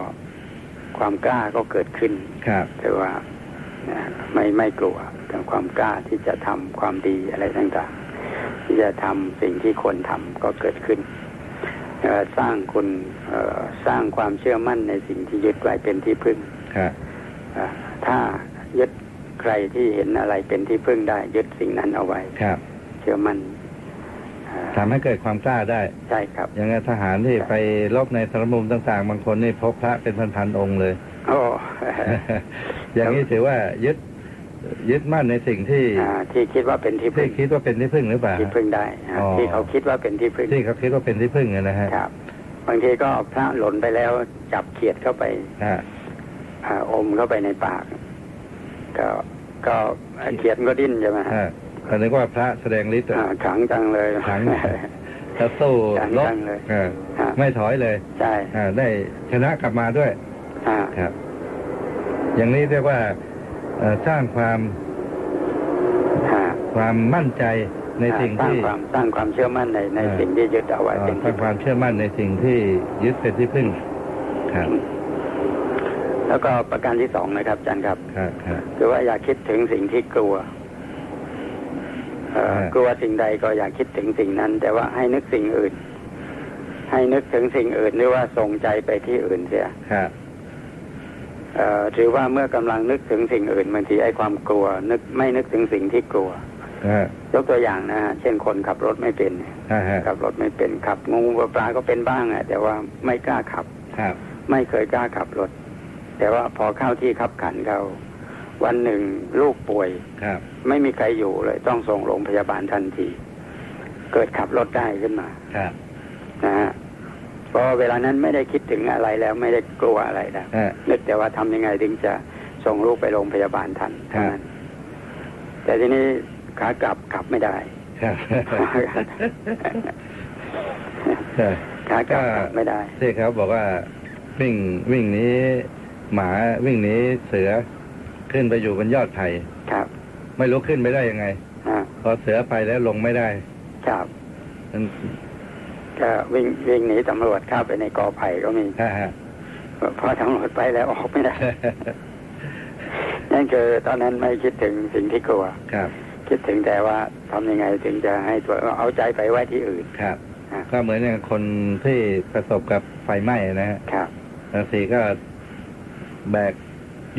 Speaker 1: ความกล้าก็เกิดขึ้น
Speaker 2: ครับ
Speaker 1: คือว่านะไม่ไม่กลัวแต่ความกล้าที่จะทำความดีอะไรต่างๆ ที่จะทำสิ่งที่ควรทำก็เกิดขึ้นเอ่อสร้างคุณเอ่อสร้างความเชื่อมั่นในสิ่งที่ยึดไว้เป็นที่พึ่ง
Speaker 2: ครับ
Speaker 1: อ่ะถ้ายึดใครที่เห็นอะไรเป็นที่พึ่งได้ ยึดสิ่งนั้นเอาไว้
Speaker 2: ครับ
Speaker 1: เชื่อมั่นอ่า
Speaker 2: ทำให้เกิดความกล้าได้
Speaker 1: ใช่ครับ
Speaker 2: อย่างนั้นทหารที่ไปรบในสารมุมต่างๆ บางคนนี่พกพระเป็นพันๆองค์เลย
Speaker 1: โอ้
Speaker 2: อย่างนี้ถือว่ายึดยึดมั่นในสิ่งที่
Speaker 1: อ่าที่คิดว่าเป็นที่
Speaker 2: ที่
Speaker 1: พึ่ง
Speaker 2: คิดว่าเป็นที่พึ่งหรือเปล่า
Speaker 1: ที่พึ่งได้อ่ะ
Speaker 2: อ๋อ
Speaker 1: ที่เขาคิดว่าเป็นที่พึ่ง
Speaker 2: ที่เขาคิดว่าเป็นที่พึ่งอะนะฮะ
Speaker 1: ครับ บางทีก็พระหล่นไปแล้วจับเขียดเข้าไป
Speaker 2: ฮะ
Speaker 1: อาอมเข้าไปในปาก ก็ก็เขียดมันก็ดิ้นใช่ไหมฮะ
Speaker 2: ฮะแต่นึกว่าพระแสดงฤทธิ์อะ
Speaker 1: อ่าขังจังเลย
Speaker 2: ขัง แล้วสู้
Speaker 1: ขัง
Speaker 2: รบ
Speaker 1: จังเลย
Speaker 2: เออ
Speaker 1: ฮะ
Speaker 2: ไม่ถอยเลย
Speaker 1: ใช่
Speaker 2: อ่าได้ชนะกลับมาด้วย
Speaker 1: อ่า
Speaker 2: ครับ อย่างนี้เรียกว่าเอ่อสร้างความ
Speaker 1: อ่า
Speaker 2: ความมั่นใจในสิ่ง
Speaker 1: สร้าง
Speaker 2: ที่
Speaker 1: ความสร้างความเชื่อมั่นในใน
Speaker 2: อ่า
Speaker 1: สิ่งที่ยึดเอาไว้
Speaker 2: เอ่อ
Speaker 1: เป็น
Speaker 2: สร้างความเชื่อมั่นในสิ่งที่ยึดเป็นที่พึ่ง ครับ
Speaker 1: แล้วก็ประการที่สองนะครับอาจารย์ครับ
Speaker 2: ครับครับ
Speaker 1: คือว่าอย่าคิดถึงสิ่งที่กลัวเอ่อ
Speaker 2: ฮะ
Speaker 1: กลัวสิ่งใดก็อย่าคิดถึงสิ่งนั้น แต่ว่าให้นึกสิ่งอื่น ให้นึกถึงสิ่งอื่นหรือว่าส่งใจไปที่อื่นเสีย
Speaker 2: ครับ
Speaker 1: เอ่อถือว่าเมื่อกำลังนึกถึงสิ่งอื่นบางทีไอ้ความกลัว นึกไม่นึกถึงสิ่งที่กลัว
Speaker 2: ฮะ
Speaker 1: ยกตัวอย่างนะฮะเช่นคนขับรถไม่เป็นเนี่ย
Speaker 2: ฮะฮะ
Speaker 1: ขับรถไม่เป็นขับงูปลาก็เป็นบ้างอะแต่ว่าไม่กล้าขับ
Speaker 2: ครับ
Speaker 1: ไม่เคยกล้าขับรถ แต่ว่าพอเข้าที่ขับขันเขาวันหนึ่งลูกป่วย
Speaker 2: ครับ
Speaker 1: ไม่มีใครอยู่เลย ต้องส่งโรงพยาบาลทันที เกิดขับรถได้ขึ้นมา
Speaker 2: ครับ
Speaker 1: นะฮะเพราะเวลานั้นไม่ได้คิดถึงอะไรแล้วไม่ได้กลัวอะไรแล้ว
Speaker 2: ฮะ
Speaker 1: นึกแต่ว่าทำยังไงถึงจะส่งลูกไปโรงพยาบาลทัน
Speaker 2: ครับ
Speaker 1: เท่านั้นแต่ทีนี้ขากลับขับไม่ได้
Speaker 2: ครับฮะ
Speaker 1: ขากลับขับไม่ได้
Speaker 2: ที่เขาบอกว่าวิ่งวิ่งหนี้หมาวิ่งหนี้เสือขึ้นไปอยู่บนยอดไผ่
Speaker 1: ครับ
Speaker 2: ไม่รู้ขึ้นไปได้ยังไง
Speaker 1: อ่า
Speaker 2: พอเสือไปแล้วลงไม่ได้
Speaker 1: ครับ
Speaker 2: มัน
Speaker 1: ก็วิ่งวิ่งหนีตำรวจเข้าไปในกอไผ่ก็มี
Speaker 2: ฮ่าฮ่า
Speaker 1: พอตำรวจไปแล้วออกไม่ได้ นั่นคือตอนนั้นไม่คิดถึงสิ่งที่กลัว
Speaker 2: ครับ
Speaker 1: คิดถึงแต่ว่าทำยังไงถึงจะให้ตัวเอาใจไปไว้ที่อื่น
Speaker 2: ครับ
Speaker 1: อ่ะ
Speaker 2: ก็เหมือนอย่างคนที่ประสบกับไฟไหม้นะฮะ
Speaker 1: ครับ
Speaker 2: บางทีก็แบก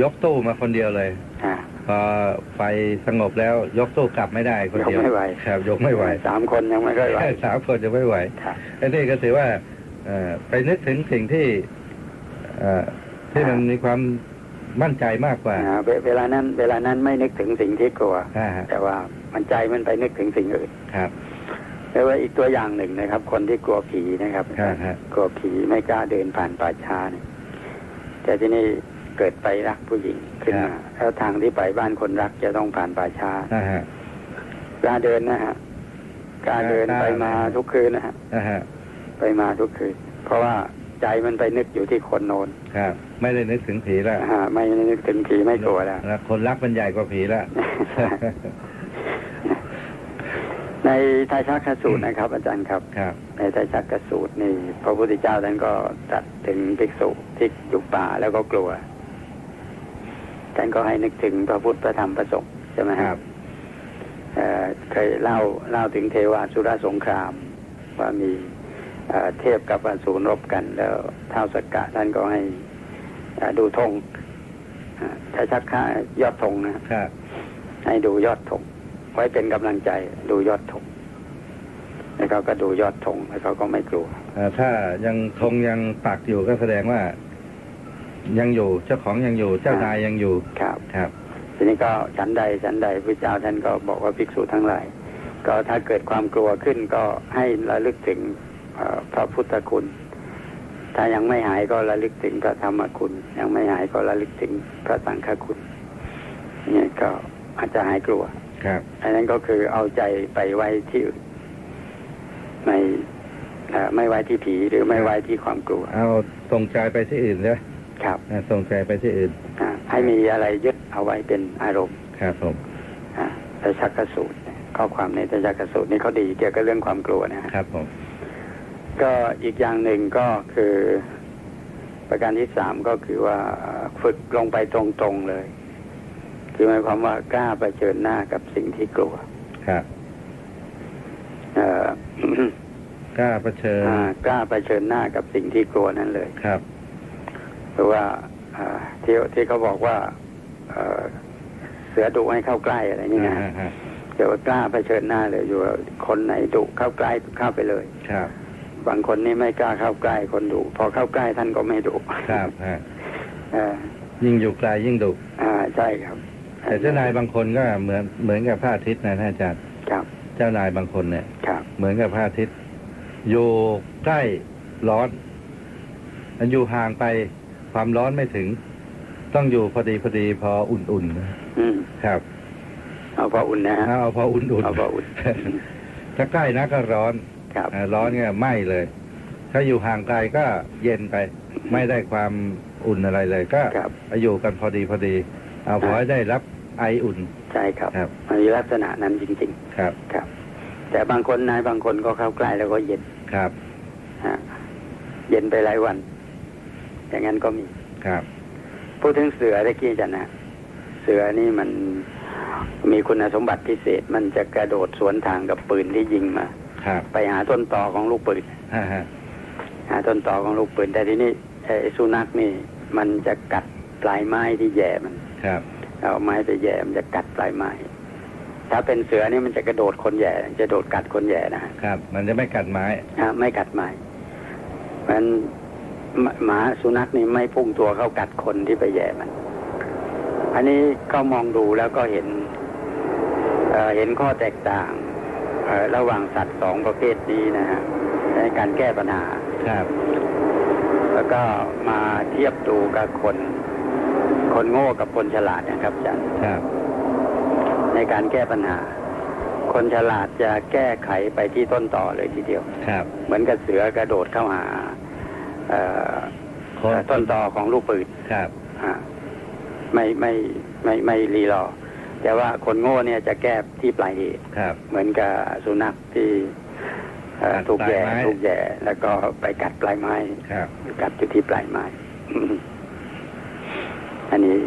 Speaker 2: ยกตู้มาคนเดียวเลย
Speaker 1: อ่า
Speaker 2: พอไฟสงบแล้วยกตู้กลับไม่ได้คนเดียวย
Speaker 1: กไม่ไหว
Speaker 2: ครับยกไม่ไหว
Speaker 1: สามคนยังไม่ค่อยไหว
Speaker 2: สาม คนจะไม่ไหว
Speaker 1: ครับ
Speaker 2: อันนี้ก็ถือว่าเอ่อไปนึกถึงสิ่งที่เอ่อที่
Speaker 1: อ่ามั
Speaker 2: มันมีความมั่นใจมากกว่า
Speaker 1: อ่าเวเวลานั้น เวลานั้นไม่นึกถึงสิ่งที่กลัว
Speaker 2: อ่าฮะ
Speaker 1: แต่ว่ามันใจมันไปนึกถึงสิ่งอื่น
Speaker 2: ครับ
Speaker 1: แปลว่าอีกตัวอย่างหนึ่งนะครับ คนที่กลัวผีนะครับ
Speaker 2: อ่าฮะ
Speaker 1: กลัวผีไม่กล้าเดินผ่านป่าช้าเนี่ยแต่ที่นี่เกิดไปรักผู้หญิงขึ้นมาแล้วทางที่ไปบ้านคนรักจะต้องผ่านป่าช้า
Speaker 2: อ่าฮะ
Speaker 1: กล้าเดินนะฮะกล้าเดิน
Speaker 2: กล้า
Speaker 1: ไปมาทุกคืนนะฮะ
Speaker 2: อ่าฮะ
Speaker 1: ไปมาทุกคืน เพราะว่าใจมันไปนึกอยู่ที่คนโนน
Speaker 2: ครับ ไม่ได้นึกถึงผีละ
Speaker 1: อ่าไม่นึกถึงผีไม่กลัวแล้ว
Speaker 2: แล้วคนรักมันใหญ่กว่าผีละ
Speaker 1: ในไทายชักขสูตรนะครับ อาจารย์ครับ
Speaker 2: ครับ
Speaker 1: ในไทายชักขสูตรนี่พระพุทธเจ้าท่านก็ตรัดถึงภิกษุที่อยู่ป่าแล้วก็กลัวท่านก็ให้นึกถึงพระพุทธพระธรรมพระสงฆ์ใช่ไหมค
Speaker 2: ครั
Speaker 1: รั
Speaker 2: บบ
Speaker 1: เอ่อเคยเล่าเล่าถึงเทวาสุรสงคราม ว่ามีเอ่อเทพกับอสูรรบกัน แล้วเท้าวสกกะท่านก็ให้เอ่อดูธงอ่าไทายชักขะยอดธงนะ
Speaker 2: ครับ
Speaker 1: ให้ดูยอดธงไว้เป็นกำลังใจดูยอดธงแล้วเขาก็ดูยอดธงแล้วเขาก็ไม่กลัว
Speaker 2: เอ่อถ้ายังคงยังปักอยู่ก็แสดงว่า ยังอยู่เจ้าของยังอยู่เจ้านายยังอยู่
Speaker 1: ครับ
Speaker 2: ครับ
Speaker 1: ทีนี้ก็ฉันใดฉันใดพระเจ้าท่านก็บอกว่าภิกษุทั้งหลาย ก็ถ้าเกิดความกลัวขึ้นก็ให้ระลึกถึงเอ่อพระพุทธคุณ ถ้ายังไม่หายก็ระลึกถึงพระธรรมคุณ ยังไม่หายก็ระลึกถึงพระสังฆคุณเนี่ยก็อาจจะหายกลัว
Speaker 2: ครับ
Speaker 1: อันนั้นก็คือเอาใจไปไว้ที่อื่นไม่เอ่อไม่ไว้ที่ผีหรือไม่ไว้ที่ความกลัว
Speaker 2: เอาส่งใจไปที่อื่นนะครับ อ่าส่งใจไปที่อื่น
Speaker 1: อ่าให้มีอะไรยึดเอาไว้เป็นอารมณ์
Speaker 2: ครับผม
Speaker 1: อ่าแต่ชักกระสูตร ข้อความในตะยากสูตรนี่เขาดีเกี่ยวกับเรื่องความกลัวนะฮะ
Speaker 2: ครับผม
Speaker 1: ก็อีกอย่างหนึ่งก็คือ ประการที่สามก็คือว่าฝึกลงไปตรงๆเลย คือหมายความว่ากล้าเผชิญหน้ากับสิ่งที่กลัว
Speaker 2: ครับ
Speaker 1: เอ่อ
Speaker 2: กล้าเผชิญ
Speaker 1: อ่ากล้าเผชิญหน้ากับสิ่งที่กลัวนั่นเลย
Speaker 2: ครับ
Speaker 1: หรือว่าอ่าที่ที่เขาบอกว่าเอ่อเสือดุให้เข้าใกล้อะไรนี่นะ
Speaker 2: อ่าฮะ
Speaker 1: เดี๋ยวว่ากล้าเผชิญหน้าเลยอยู่ว่าคนไหนดุเข้าใกล้เข้าไปเลย
Speaker 2: ครับ
Speaker 1: บางคนนี่ไม่กล้าเข้าใกล้คนดุพอเข้าใกล้ท่านก็ไม่ดุ
Speaker 2: ครับฮะ
Speaker 1: เอ่อ
Speaker 2: ยิ่งอยู่ไกลยิ่งดุ
Speaker 1: อ่าใช่ครับ
Speaker 2: แต่เจ้านายบางคนก็เหมือนเหมือนกับพระอาทิตย์นะท่านอาจารย์
Speaker 1: ครับ
Speaker 2: เจ้านายบางคนเนี่ย
Speaker 1: ครับ
Speaker 2: เหมือนกับพระอาทิตย์อยู่ใกล้ร้อนอันอยู่ห่างไปความร้อนไม่ถึง ต้องอยู่พอดีพอดีพออุ่น
Speaker 1: อืม
Speaker 2: ๆ ครับ
Speaker 1: เอาพออุ่นนะฮะ
Speaker 2: เอาพออุ่น
Speaker 1: เอาพออุ่น
Speaker 2: ๆ ถ้าใกล้นะก็ร้อน
Speaker 1: ครับ
Speaker 2: อ่าร้อนเนี่ยไหม้เลย ถ้าอยู่ห่างไกลก็เย็นไป ไม่ได้ความอุ่นอะไรเลย ก็
Speaker 1: ครับ
Speaker 2: อยู่กันพอดีพอดี เอาพอให้ได้รับไออุ่น
Speaker 1: ใช่ครับ
Speaker 2: ครับ
Speaker 1: มันมีลักษณะนั้นจริง
Speaker 2: ครับ
Speaker 1: ๆ ครับ แต่บางคนนายบางคนก็เข้าใกล้แล้วก็เย็น
Speaker 2: ครับ
Speaker 1: ฮะเย็นไปหลายวัน อย่างนั้นก็มี
Speaker 2: ครับ
Speaker 1: พูดถึงเสือได้กี้อาจันนะ เสือนี่มันมีคุณสมบัติพิเศษ มันจะกระโดดสวนทางกับปืนที่ยิงมา
Speaker 2: ครับ
Speaker 1: ไปหาต้นตอของลูกปืน
Speaker 2: ฮะฮะ
Speaker 1: หาต้นตอของลูกปืน แต่ที่นี่ไอ้สุนัขนี่ มันจะกัดปลายไม้ที่แย่มัน
Speaker 2: ครับ
Speaker 1: เอาไม้ไปแย่มันจะกัดปลายไม้ ถ้าเป็นเสือนี่มันจะกระโดดคนแย่ จะโดดกัดคนแย่นะฮะ
Speaker 2: ครับ มันจะไม่กัดไม้
Speaker 1: ฮะไม่กัดหมาเพราะฉะนั้นหมาหมาสุนัขนี่ไม่พุ่งตัวเข้ากัดคนที่ไปแย่มัน อันนี้ก็มองดูแล้วก็เห็นเอ่อเห็นข้อแตกต่างเอ่อระหว่างสัตว์สองประเภทนี้นะฮะในการแก้ปัญหา
Speaker 2: ครับ
Speaker 1: แล้วก็มาเทียบดูกับคน คนโง่กับคนฉลาดนะครับอาจารย์
Speaker 2: ครับ
Speaker 1: ในการแก้ปัญหา คนฉลาดจะแก้ไขไปที่ต้นต่อเลยทีเดียว
Speaker 2: ครับ
Speaker 1: เหมือนกับเสือกระโดดเข้าหาเอ่อ
Speaker 2: ครับ
Speaker 1: ต้นตอของลูกปืน
Speaker 2: ครับ
Speaker 1: ฮะไม่ไม่ไม่ไม่รีรอ แต่ว่าคนโง่เนี่ยจะแก้ที่ปลายเหตุ
Speaker 2: ครับ
Speaker 1: เหมือนกับสุนัขที่เอ่อ
Speaker 2: กัด
Speaker 1: ถูกแย่
Speaker 2: ปลายไม้
Speaker 1: ถูกแย่แล้วก็ไปกัดปลายไม้
Speaker 2: ครับ
Speaker 1: กัดอยู่ที่ปลายไม้ อันนี้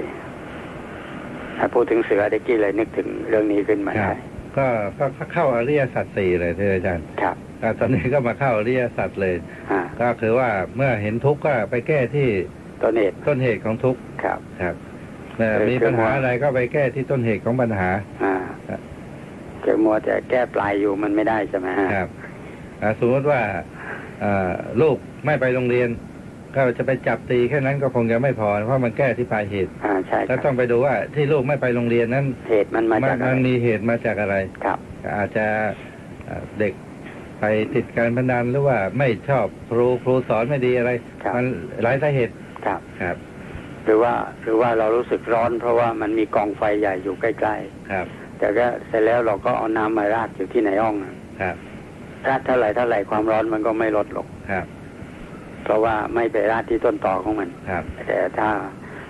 Speaker 1: ถ้าพูดถึงเสือเด็กกี้เลยนึกถึงเรื่องนี้ขึ้นมา
Speaker 2: ค
Speaker 1: ได้
Speaker 2: รับ ก็ก็ก็เข้าอริยสัจสี่เลยเธออาจารย์
Speaker 1: ครับ
Speaker 2: อ่าตอนนี้ก็มาเข้าอริยสัจเลย
Speaker 1: อ่า
Speaker 2: ก็คือว่าเมื่อเห็นทุกข์ก็ไปแก้ที่
Speaker 1: ต้นเหตุ
Speaker 2: ต้นเหตุของทุกข์
Speaker 1: ครับ
Speaker 2: ครับเมื่อ
Speaker 1: เออ
Speaker 2: มีปัญหาอะไรก็ไปแก้ที่ต้นเหตุของปัญหา
Speaker 1: อ่า
Speaker 2: ครับ
Speaker 1: คือมัวแต่แก้ปลายอยู่มันไม่ได้ใช่ไหมฮะ
Speaker 2: ครับอ่าสมมติว่าอ่าลูกไม่ไปโรงเรียน ก็จะไปจับตีแค่นั้นก็คงจะไม่พอ เพราะมันแก้ที่ปลายเหตุ
Speaker 1: อ่าใช่ค
Speaker 2: ก็
Speaker 1: รับ
Speaker 2: ต้องไปดูว่าที่ลูกไม่ไปโรงเรียนนั้น
Speaker 1: เหตุมันมาจากอะ
Speaker 2: มัน
Speaker 1: ไร
Speaker 2: มีเหตุมาจากอะไร
Speaker 1: ครับ
Speaker 2: อาจจะเอ่อเด็กไปติดการพนันหรือว่าไม่ชอบครูครูสอนไม่ดีอะไร
Speaker 1: ครับ
Speaker 2: มันหลายสาเหตุ
Speaker 1: ครับ
Speaker 2: ครับ
Speaker 1: หรือว่าหรือว่าเรารู้สึกร้อน เพราะว่ามันมีกองไฟใหญ่อยู่ใกล้
Speaker 2: ครับ
Speaker 1: ๆ แต่ก็เสร็จแล้วเราก็เอาน้ำมาราดอยู่ที่ในห้องอะ
Speaker 2: ครับ
Speaker 1: ราดเท่าไหร่เท่าไหร่ความร้อนมันก็ไม่ลดหรอก
Speaker 2: ครับ
Speaker 1: เพราะว่าไม่ไปราดที่ต้นตอของมัน
Speaker 2: ครับ
Speaker 1: แต่ถ้า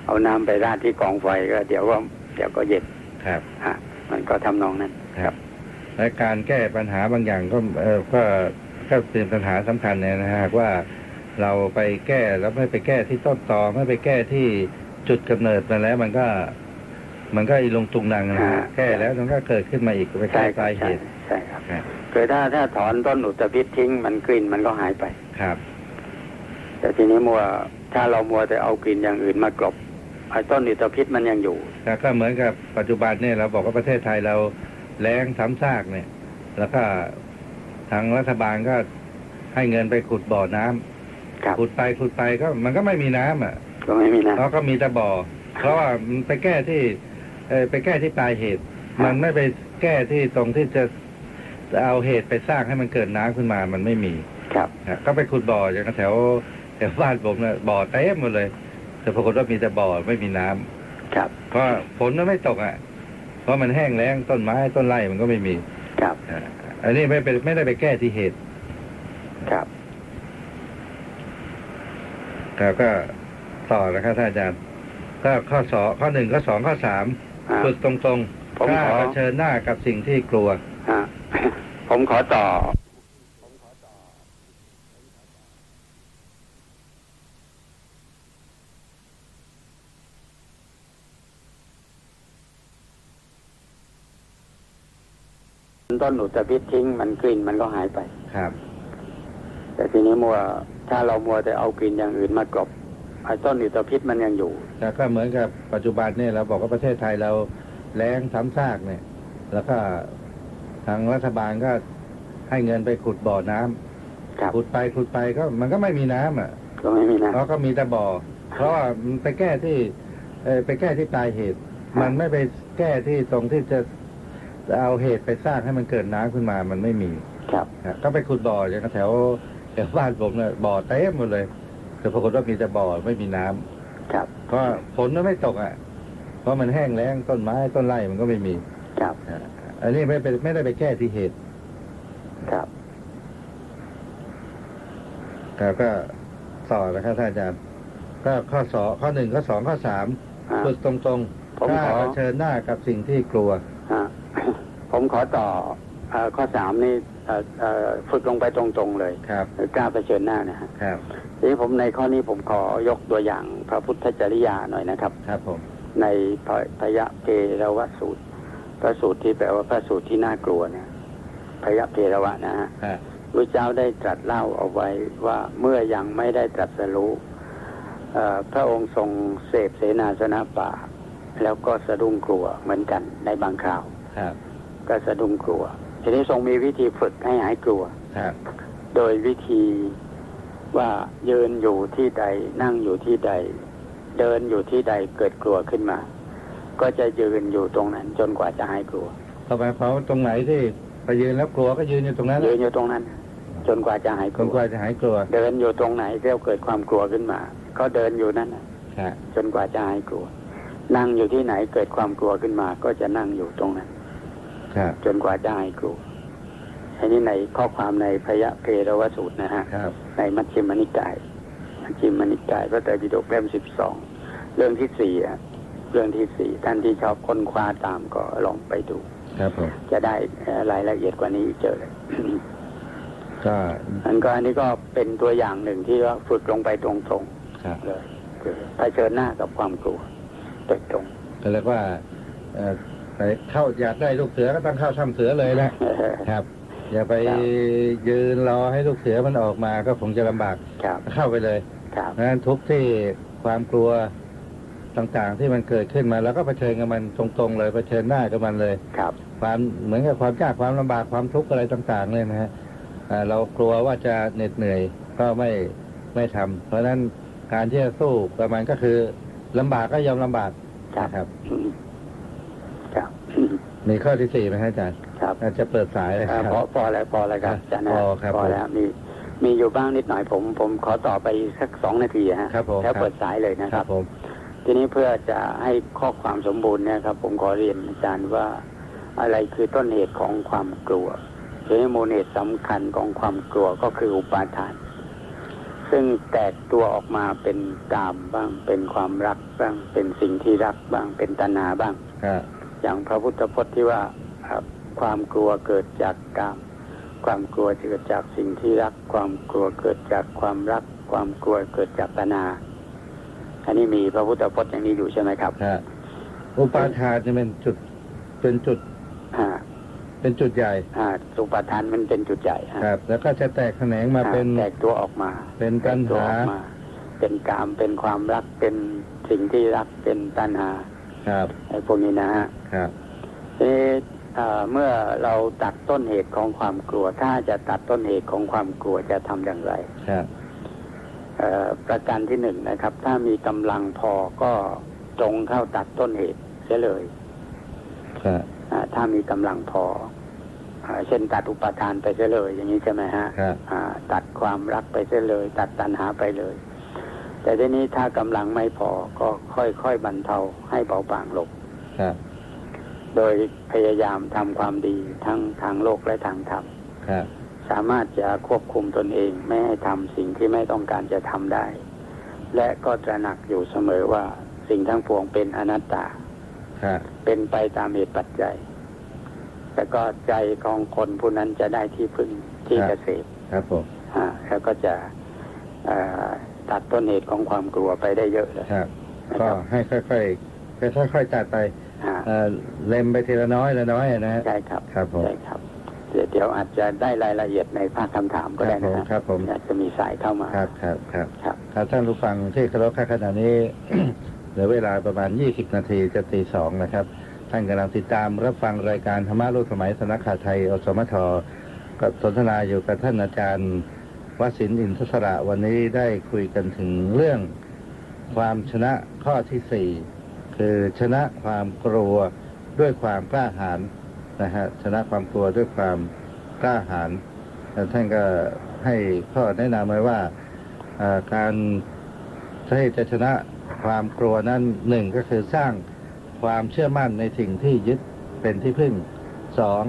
Speaker 1: เอาน้ำไปราดที่กองไฟก็เดี๋ยวก็เดี๋ยวก็เย็น
Speaker 2: ครับ
Speaker 1: ฮะมันก็ทำนองนั้น
Speaker 2: ครับ และการแก้ปัญหาบางอย่างก็เอ่อก็ก็เป็นปัญหาสำคัญเนี่ยนะฮะว่าเราไปแก้แล้วไม่ไปแก้ที่ต้นตอไม่ไปแก้ที่จุดกำเนิดมาแล้วมันก็ มันก็อีลงตุงนังนะ
Speaker 1: ครั
Speaker 2: ฮะ
Speaker 1: บ
Speaker 2: แก้แล้วมันก็เกิดขึ้นมาอีกไป
Speaker 1: ใช่ค
Speaker 2: แก้ป
Speaker 1: รับ
Speaker 2: ลายเห
Speaker 1: ใช่
Speaker 2: ตุ
Speaker 1: ใช่ครับ
Speaker 2: ครับ
Speaker 1: คือถ้าถ้าถอนต้นอุตภิษทิ้งมันกลิ่นมันก็หายไป
Speaker 2: ครับ
Speaker 1: แต่ทีนี้มัวถ้าเรามัวแต่เอากลิ่นอย่างอื่นมากลบไอ้ต้นอุตภิษมันยังอยู่
Speaker 2: แล้วก็เหมือนกับปัจจุบันเนี่ยเราบอกว่าประเทศไทยเราแล้งซ้ำซากเนี่ย แล้วก็ทางรัฐบาลก็ให้เงินไปขุดบ่อน้ำ
Speaker 1: ครับ
Speaker 2: ขุดไปขุดไปก็มันก็ไม่มีน้ำอ่ะ
Speaker 1: ก็ไม่มีนะ
Speaker 2: แล้วก็มีแต่บ่อ เพราะว่ามันไปแก้ที่เอ่อไปแก้ที่ปลายเหตุ มันไม่ไปแก้ที่ตรงที่จะเอาเหตุไปสร้างให้มันเกิดน้ำขึ้นมา มันไม่มี
Speaker 1: ครับ
Speaker 2: นะก็ไปขุดบ่ออย่างแถวแถวบ้านผมนะบ่อเต็มหมดเลย แต่ปรากฏว่ามีแต่บ่อไม่มีน้ำ
Speaker 1: ครับ
Speaker 2: เพราะฝนมันไม่ตกอ่ะ เพราะมันแห้งแล้งต้นไม้ต้นไร่มันก็ไม่มี
Speaker 1: ครับ
Speaker 2: อ่ะอันนี้ไม่เป็นไม่ได้ไปแก้ที่เหตุ
Speaker 1: ครับ
Speaker 2: ครับก็ต่อนะครับท่านอาจารย์ก็ข้อสองข้อหนึ่งข้อสองข้อสาม
Speaker 1: อ่า
Speaker 2: ฝึกตรง
Speaker 1: ผ
Speaker 2: ๆ
Speaker 1: ม
Speaker 2: กล้า
Speaker 1: ขอ
Speaker 2: เผชิญหน้ากับสิ่งที่กลัว
Speaker 1: ฮะ ผมขอต่อ ต้นอุตภิษทิ้งมันกลิ่นมันก็หายไป
Speaker 2: ครับ
Speaker 1: แต่ทีนี้มัวถ้าเรามัวแต่เอากลิ่นอย่างอื่นมากลบไอ้ต้นอุตภิษมันยังอยู่
Speaker 2: แต่ก็เหมือนกับปัจจุบันเนี่ยเราบอกว่าประเทศไทยเราแล้งซ้ำซากเนี่ย แล้วก็ทางรัฐบาลก็ให้เงินไปขุดบ่อน้ำ
Speaker 1: ครับ
Speaker 2: ขุดไปขุดไปก็มันก็ไม่มีน้ำอ่ะ
Speaker 1: ก็ไม่มีนะ
Speaker 2: แล้วก็มีแต่บ่อ เพราะว่ามันไปแก้ที่เอ่อไปแก้ที่ปลายเหตุ
Speaker 1: บ
Speaker 2: มันไม่ไปแก้ที่ตรงที่จะจะเอาเหตุไปสร้างให้มันเกิดน้ำขึ้นมามันไม่มี
Speaker 1: ครับ
Speaker 2: ครับก็ไปขุดบ่ออย่างแถวแถวบ้านผมเนี่ยบ่อเต็มหมดเลย แต่ปรากฏว่ามีแต่บ่อไม่มีน้ำ
Speaker 1: ครับ
Speaker 2: ก็ฝนมันไม่ตกอ่ะ เพราะมันแห้งแล้งต้นไม้ต้นไร่มันก็ไม่มี
Speaker 1: ครับ
Speaker 2: อ่ะอันนี้ไม่เป็นไม่ได้ไปแก้ที่เหตุ
Speaker 1: ครับ
Speaker 2: แต่ก็ต่อนะครับท่านอาจารย์ ก็ข้อสองข้อหนึ่งข้อสองข้อสาม
Speaker 1: อ่า
Speaker 2: ฝึกตรง
Speaker 1: ผ
Speaker 2: ๆ
Speaker 1: ม
Speaker 2: กล้า
Speaker 1: ขอ
Speaker 2: เผชิญหน้ากับสิ่งที่กลัว
Speaker 1: อ่า ผมขอต่อเออข้อสามนี่เอ่อเอ่อฝึกลงไปตรงๆเลย
Speaker 2: ครับ
Speaker 1: คือกล้าเผชิญหน้านะฮะ
Speaker 2: ครับ
Speaker 1: ทีนี้ผมในข้อนี้ผมขอยกตัวอย่างพระพุทธจริยาหน่อยนะครับ
Speaker 2: ครับผม
Speaker 1: ในพพยะเพรวะสูตร พระสูตรที่แปลว่าพระสูตรที่น่ากลัวเนี่ยพยะเพรวะนะฮะ
Speaker 2: ครับ
Speaker 1: พระเจ้าได้ตรัสเล่าเอาไว้ว่าเมื่อยังไม่ได้ตรัสรู้เอ่อพระองค์ทรงเสพเสนาสนะป่า แล้วก็สะดุ้งกลัวเหมือนกันในบางคราว
Speaker 2: ครับ
Speaker 1: ก็สะดุ้งกลัว ทีนี้ทรงมีวิธีฝึกให้หายกลัว
Speaker 2: ครับ
Speaker 1: โดยวิธีว่ายืนอยู่ที่ใดนั่งอยู่ที่ใด เดินอยู่ที่ใดเกิดกลัวขึ้นมา ก็จะยืนอยู่ตรงนั้นจนกว่าจะหายกลัว
Speaker 2: เข้าไปเพราะว่าตรงไหนที่ไปยืนแล้วกลัวก็ยืนอยู่ตรงนั้นแห
Speaker 1: ยื
Speaker 2: ละ
Speaker 1: นอยู่ตรงนั้น จนกว่าจะหายก
Speaker 2: จน
Speaker 1: ลัว
Speaker 2: กว่าจะหายกลัว
Speaker 1: เดินอยู่ตรงไหนเรียวเกิดความกลัวขึ้นมา ก็เดินอยู่นั่นน่ะ
Speaker 2: ครับ
Speaker 1: จนกว่าจะหายกลัว นั่งอยู่ที่ไหนเกิดความกลัวขึ้นมา ก็จะนั่งอยู่ตรงนั้น
Speaker 2: ครับ
Speaker 1: จนกว่าจะหายกลัวอันนี้ในข้อความในพยะเพรวสูตรนะฮะ
Speaker 2: ครับ
Speaker 1: ในมัชฌิมนิกาย มัชฌิมนิกายพระไตรปิฎกเล่มสิบสอง เรื่องที่สี่อะเรื่องที่สี่ท่านที่ชอบค้นคว้าตามก็ลองไปดู
Speaker 2: ครับผม
Speaker 1: จะได้เอ่อรายละเอียดกว่านี้เจอเลย
Speaker 2: ก็
Speaker 1: อันก็อันนี้ก็เป็นตัวอย่างหนึ่งที่ว่าฝึกลงไปตรงๆ
Speaker 2: ครับ
Speaker 1: เลยคือเผชิญหน้ากับความกลัวโดยตรง
Speaker 2: ก็เรียกว่าเอ่อไปเข้าอยากได้ลูกเสือก็ต้องเข้าถ้ำเสือเลยนะ ครับ อย่าไป
Speaker 1: ครับ
Speaker 2: ยืนรอให้ลูกเสือมันออกมาก็คงจะลำบาก
Speaker 1: ครับ
Speaker 2: เข้าไปเลย
Speaker 1: ครับ
Speaker 2: เพราะฉะนั้นทุกข์ที่ความกลัวต่างๆที่มันเกิดขึ้นมา แล้วก็เผชิญกับมันตรงๆเลยเผชิญหน้ากับมันเลย
Speaker 1: ครับ
Speaker 2: ความเหมือนกับความยากความลำบากความทุกข์อะไรต่างๆเลยนะฮะอ่าเรากลัวว่าจะเหน็ดเหนื่อยก็ไม่ไม่ทำเพราะฉะนั้นการที่จะสู้ประมาณก็คือลำบากก็ยอมลำบาก
Speaker 1: ครับ
Speaker 2: นะครับ
Speaker 1: อืมครับ
Speaker 2: มีข้อที่สี่ไหมฮะอาจารย์
Speaker 1: ครับ
Speaker 2: อาจจะเปิดสายเลยค
Speaker 1: เอ่อ
Speaker 2: รั
Speaker 1: บ พอพอแล้วพอแล้วครับ
Speaker 2: ครับ
Speaker 1: อาจารย์นะ
Speaker 2: พอครับ
Speaker 1: พอแล้วมีมีอยู่บ้างนิดหน่อยผม ผมขอต่อไปสักสองนาทีฮะ
Speaker 2: ครับผม
Speaker 1: แล้ว
Speaker 2: ครับ
Speaker 1: เปิดสายเลยนะ
Speaker 2: ค
Speaker 1: ค
Speaker 2: รั
Speaker 1: รั
Speaker 2: บบ ผม
Speaker 1: ทีนี้เพื่อจะให้ข้อความสมบูรณ์เนี่ยครับ ผมขอเรียนอาจารย์ว่าอะไรคือต้นเหตุของความกลัวทีนี้มูลเหตุสำคัญของความกลัวก็คืออุปาทาน ซึ่งแตกตัวออกมาเป็นกามบ้าง เป็นความรักบ้าง เป็นสิ่งที่รักบ้าง เป็นตัณหาบ้าง
Speaker 2: ครับ
Speaker 1: อย่างพระพุทธพจน์ที่ว่าครับความกลัวเกิดจากกาม ความกลัวเกิดจากสิ่งที่รัก ความกลัวเกิดจากความรัก ความกลัวเกิดจากตนา อันนี้มีพระพุทธพจน์อย่างนี้อยู่ใช่ไหมครับ
Speaker 2: ครับอุปาทานเนี่ยเป็นจุดเป็นจุด
Speaker 1: อ่า
Speaker 2: เป็นจุดใหญ่
Speaker 1: อ่าสุปทานมันเป็นจุดใหญ่ฮะ
Speaker 2: ครับ แล้วก็จะแตกแขนงมา
Speaker 1: อ่า
Speaker 2: เป็น
Speaker 1: แตกตัวออกมา
Speaker 2: เป็นปัญ
Speaker 1: ตัว
Speaker 2: หา
Speaker 1: ออกมา เป็นกาม เป็นความรัก เป็นสิ่งที่รัก เป็นตัณหา
Speaker 2: ครับ
Speaker 1: ไอ้พวกนี้นะฮะ
Speaker 2: ครับ
Speaker 1: เอ่อเอ่อเมื่อเราตัดต้นเหตุของความกลัว ถ้าจะตัดต้นเหตุของความกลัวจะทำอย่างไร
Speaker 2: ครับ
Speaker 1: เอ่อประการที่หนึ่งนะครับ ถ้ามีกำลังพอก็ตรงเข้าตัดต้นเหตุเสียเลย
Speaker 2: ครับ
Speaker 1: อ่าถ้ามีกำลังพออ่าเช่นตัดอุปทานไปเสียเลย อย่างนี้ใช่ไหมฮะ
Speaker 2: ครับ
Speaker 1: อ่าตัดความรักไปเสียเลย ตัดตัณหาไปเลย แต่ทีนี้ถ้ากำลังไม่พอก็ค่อยๆบรรเทาให้เบาบางลง
Speaker 2: ครับ
Speaker 1: โดยพยายามทำความดีทั้งทางโลกและทางธรรม
Speaker 2: ครับ
Speaker 1: สามารถจะควบคุมตนเองไม่ให้ทำสิ่งที่ไม่ต้องการจะทำได้ และก็ตระหนักอยู่เสมอว่าสิ่งทั้งปวงเป็นอนัตตา
Speaker 2: ครับ
Speaker 1: เป็นไปตามเหตุปัจจัย แล้วก็ใจของคนผู้นั้นจะได้ที่พึ่งที่
Speaker 2: ค
Speaker 1: เก
Speaker 2: รับ
Speaker 1: ษม
Speaker 2: ครับผม
Speaker 1: อ่าแล้วก็จะอ่าตัดต้นเหตุของความกลัวไปได้เยอะเลย
Speaker 2: ครับ
Speaker 1: นะค
Speaker 2: ก็
Speaker 1: รับ
Speaker 2: ให้ค่อยๆค่อยๆตัดไป
Speaker 1: อ่า
Speaker 2: เอ่อเล็มไปทีละน้อยละน้อยนะฮะ
Speaker 1: ใช่ครับ
Speaker 2: ครับผม
Speaker 1: ใช่ครับเดี๋ยวเดี๋ยวอาจจะได้รายละเอียดในภาคคำถามก็
Speaker 2: ครั
Speaker 1: ได้
Speaker 2: บผ
Speaker 1: นะค
Speaker 2: ม
Speaker 1: รับ
Speaker 2: ครับผม
Speaker 1: อาจจะมีสายเข้ามา
Speaker 2: ครับครับครับ
Speaker 1: ครับ
Speaker 2: ครับท่านผู้ฟังที่เคารพค่ะขณะนี้ เหลือเวลาประมาณ 20 นาทีจะตีสองนะครับ ท่านกำลังติดตามรับฟังรายการธรรมะโลกสมัยสำนักข่าวไทยอสมทก็สนทนาอยู่กับท่านอาจารย์วสินทร์อินทศระวันนี้ได้คุยกันถึงเรื่องความชนะข้อที่สี่คือชนะความกลัวด้วยความกล้าหาญนะฮะชนะความกลัวด้วยความกล้าหาญแล้วท่านก็ให้ข้อแนะนำไว้ว่าเอ่อการที่จะชนะความกลัวนั้นหนึ่งก็คือสร้าง ความเชื่อมั่นในสิ่งที่ยึดเป็นที่พึ่งสอง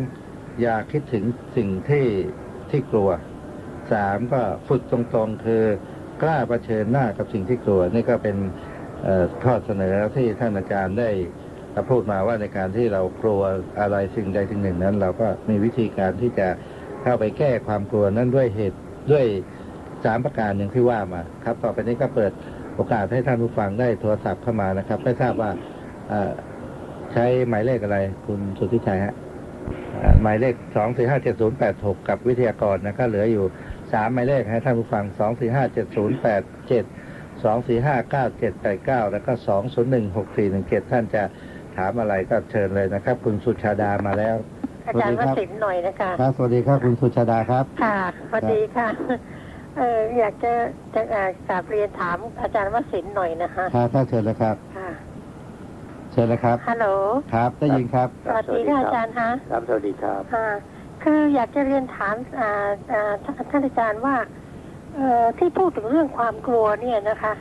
Speaker 2: อย่าคิดถึงสิ่งที่ที่กลัวสามก็ฝึกตรงๆ คือกล้าเผชิญหน้ากับสิ่งที่กลัว นี่ก็เป็นเอ่อข้อเสนอที่ท่านอาจารย์ได้พูดมาว่าในการที่เรากลัวอะไรสิ่งใดสิ่งหนึ่งนั้น เราก็มีวิธีการที่จะเข้าไปแก้ความกลัวนั้นด้วยเหตุด้วยสามประการอย่างที่ว่ามาครับ ต่อไปนี้ก็เปิดโอกาสให้ท่านผู้ฟังได้โทรศัพท์เข้ามานะครับไม่ทราบว่า เอ่อใช้หมายเลขอะไร คุณสุทธิชัยฮะเอ่อหมายเลขสองสี่ห้าเจ็ดศูนย์แปดหกกับวิทยากรนะก็เหลืออยู่สามหมายเลขให้ท่านผู้ฟังสองสี่ห้าเจ็ดศูนย์แปดเจ็ดสองสี่ห้าเก้าเจ็ดแปดเก้าแล้วก็สองศูนย์หนึ่งหกสี่หนึ่งเจ็ดท่านจะถามอะไรก็เชิญเลยนะครับ คุณสุชาดามาแล้ว
Speaker 3: อาจารย์
Speaker 2: ส
Speaker 3: ว
Speaker 2: วัสดีครับ
Speaker 3: สินทร์หน่อยนะคะ
Speaker 2: ครับสวัสดีครับคุณสุชาดาครับ
Speaker 3: ค่ะสวัสดีค่ะ เอออยากจะจะอ่ากราบเรียนถามอาจารย์วสินทร์หน่อยนะคะ
Speaker 2: ครับถ้าเชิญเลยครับ
Speaker 3: ค่ะ
Speaker 2: เชิญเลยครับ
Speaker 3: ฮัลโหล
Speaker 2: ครับได้ยินครับ
Speaker 3: สวัสดีค่ะอาจารย์คะ
Speaker 1: ครับสวัสดีครับ
Speaker 3: ค่ะ คืออยากจะเรียนถามอ่าอ่าท่านท่านอาจารย์ว่า เอ่อที่พูดถึงเรื่องความกลัวเนี่ยนะคะ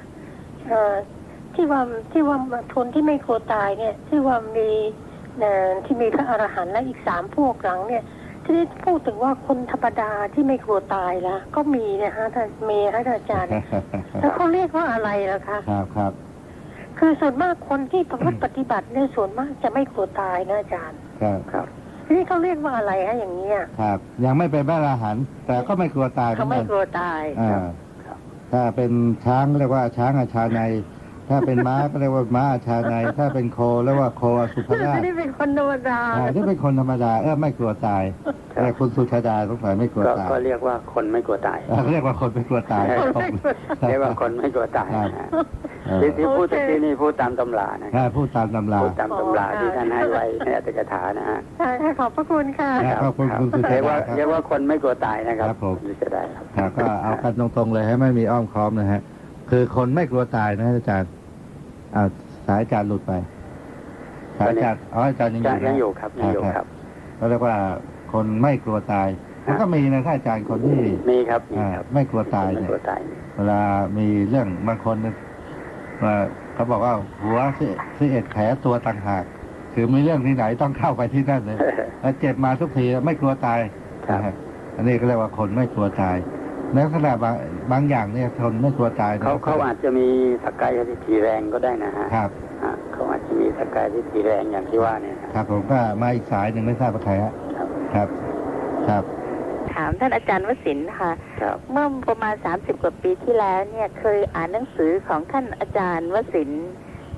Speaker 3: เอ่อที่ว่าที่ว่าทนที่ไม่กลัวตายเนี่ย ที่ว่ามีเอ่อที่มีพระอรหันต์และอีกสามพวกหลังเนี่ย ที่ได้พูดถึงว่าคนธรรมดาที่ไม่กลัวตายละก็มีนะคะท่านเมย์ท่านอา จารย์ แล้วเขาเรียกว่าอะไรล่ะคะ
Speaker 2: ครับครับ
Speaker 3: คือส่วนมากคนที่ประพฤติปฏิบัติเนี่ยส่วนมากจะไม่กลัวตายนะอาจารย์
Speaker 2: ครับ
Speaker 1: ครับ
Speaker 3: ทีนี่เขาเรียกว่าอะไรฮะอย่างเนี้ย
Speaker 2: ครับยังไม่เป็นบ้าราหันต์แต่ก็ไม่กลัวตายห
Speaker 3: เขา
Speaker 2: อน
Speaker 3: ไม่
Speaker 2: กัน
Speaker 3: กลัวตาย
Speaker 2: อ่าถ้าเป็นช้างเรียกว่าช้างอาชาใน ถ้าเป็นม้าก็เรียก ว่าม้าอาชาใน ถ้าเป็นโคเรียกว่าโคอสุภราช
Speaker 3: ไม่ได้เป็นคนธรรมดา
Speaker 2: อ่าที่เป็นคนธรรมดาเออไม่กลัวตายแต่คุณสุชาดาสงสัยไม่กลัว
Speaker 1: ก็
Speaker 2: ตาย
Speaker 1: ก็เรียกว่าคนไม่กลัวตาย
Speaker 2: เออเรียกว่าคนไม่กลัวตาย
Speaker 1: เออ
Speaker 2: ผม
Speaker 1: เรียกว่าคนไม่กลัวตายนะฮะ
Speaker 2: เออ
Speaker 1: ที่ที่พูดตะกี้นี่พูดตามตำรานะค
Speaker 2: ถ้า
Speaker 1: รับ
Speaker 2: พูดตามตำรา
Speaker 1: พูดตามตำราที่ท่านให้ไว้ในอัตถกถานะฮะ
Speaker 3: ใช่ค่ะขอบพระคุณค่ะ
Speaker 2: อ่าขอบคุณคุณสุ
Speaker 1: เรี
Speaker 2: ชา
Speaker 1: ก
Speaker 2: ยดา
Speaker 1: ว่า
Speaker 2: ค
Speaker 1: เรียก
Speaker 2: รับ
Speaker 1: ว่าคนไม่กลัวตายนะครับ
Speaker 2: ครับผม
Speaker 1: จะได้ครับ
Speaker 2: ครับก็เอากันตรงๆเลยให้ไม่มีอ้อมค้อมนะฮะ คือคนไม่กลัวตายนะอาจารย์อ่าวสายอาจารย์หลุดไปสายอาจารย์อ๋ออาจารย์ยังอยู่นะ
Speaker 1: ยังอยู่ครับยังอยู่ครับ
Speaker 2: เขาเรียกว่าคนไม่กลัวตาย
Speaker 1: ครั
Speaker 2: แล้
Speaker 1: บ
Speaker 2: วก็มีนะท่านอาจารย์คนที่
Speaker 1: มีครับมี
Speaker 2: อ่า
Speaker 1: ครับ
Speaker 2: ไม่กลัวตาย
Speaker 1: คนไม่
Speaker 2: เนี่ย
Speaker 1: กลัวตาย
Speaker 2: เวลามีเรื่องบางคนเนี่ยว่าเขาบอกว่าหัวสิสิเอ็ดแผลตัวต่างหาก คือมีเรื่องที่ไหนต้องเข้าไปที่นั่นเลยแล้วเจ็บมาทุกทีไม่กลัวตาย
Speaker 1: ครับ
Speaker 2: นะฮะอันนี้ก็เรียกว่าคนไม่กลัวตายในลักษณะบางบางอย่างเนี่ยคนไม่กลัวตายนี่ย
Speaker 1: เขาเขาอาจจะมีสกายทิฏฐิแรงก็ได้นะฮะ
Speaker 2: ครับ
Speaker 1: อ่าเขาอาจจะมีสกายทิฏฐิแรงอย่างที่ว่าเนี่ยนะครับ
Speaker 2: ผมก็มาอีกสายหนึ่งไม่ทราบว่าใครฮะ
Speaker 1: ครับ
Speaker 2: ครับ ครับ
Speaker 4: ถามท่านอาจารย์วสินทร์ค่ะ
Speaker 1: ครับ
Speaker 4: เมื่อประมาณ 30 กว่าปีที่แล้วเนี่ยเคยอ่านหนังสือของท่านอาจารย์วสินทร์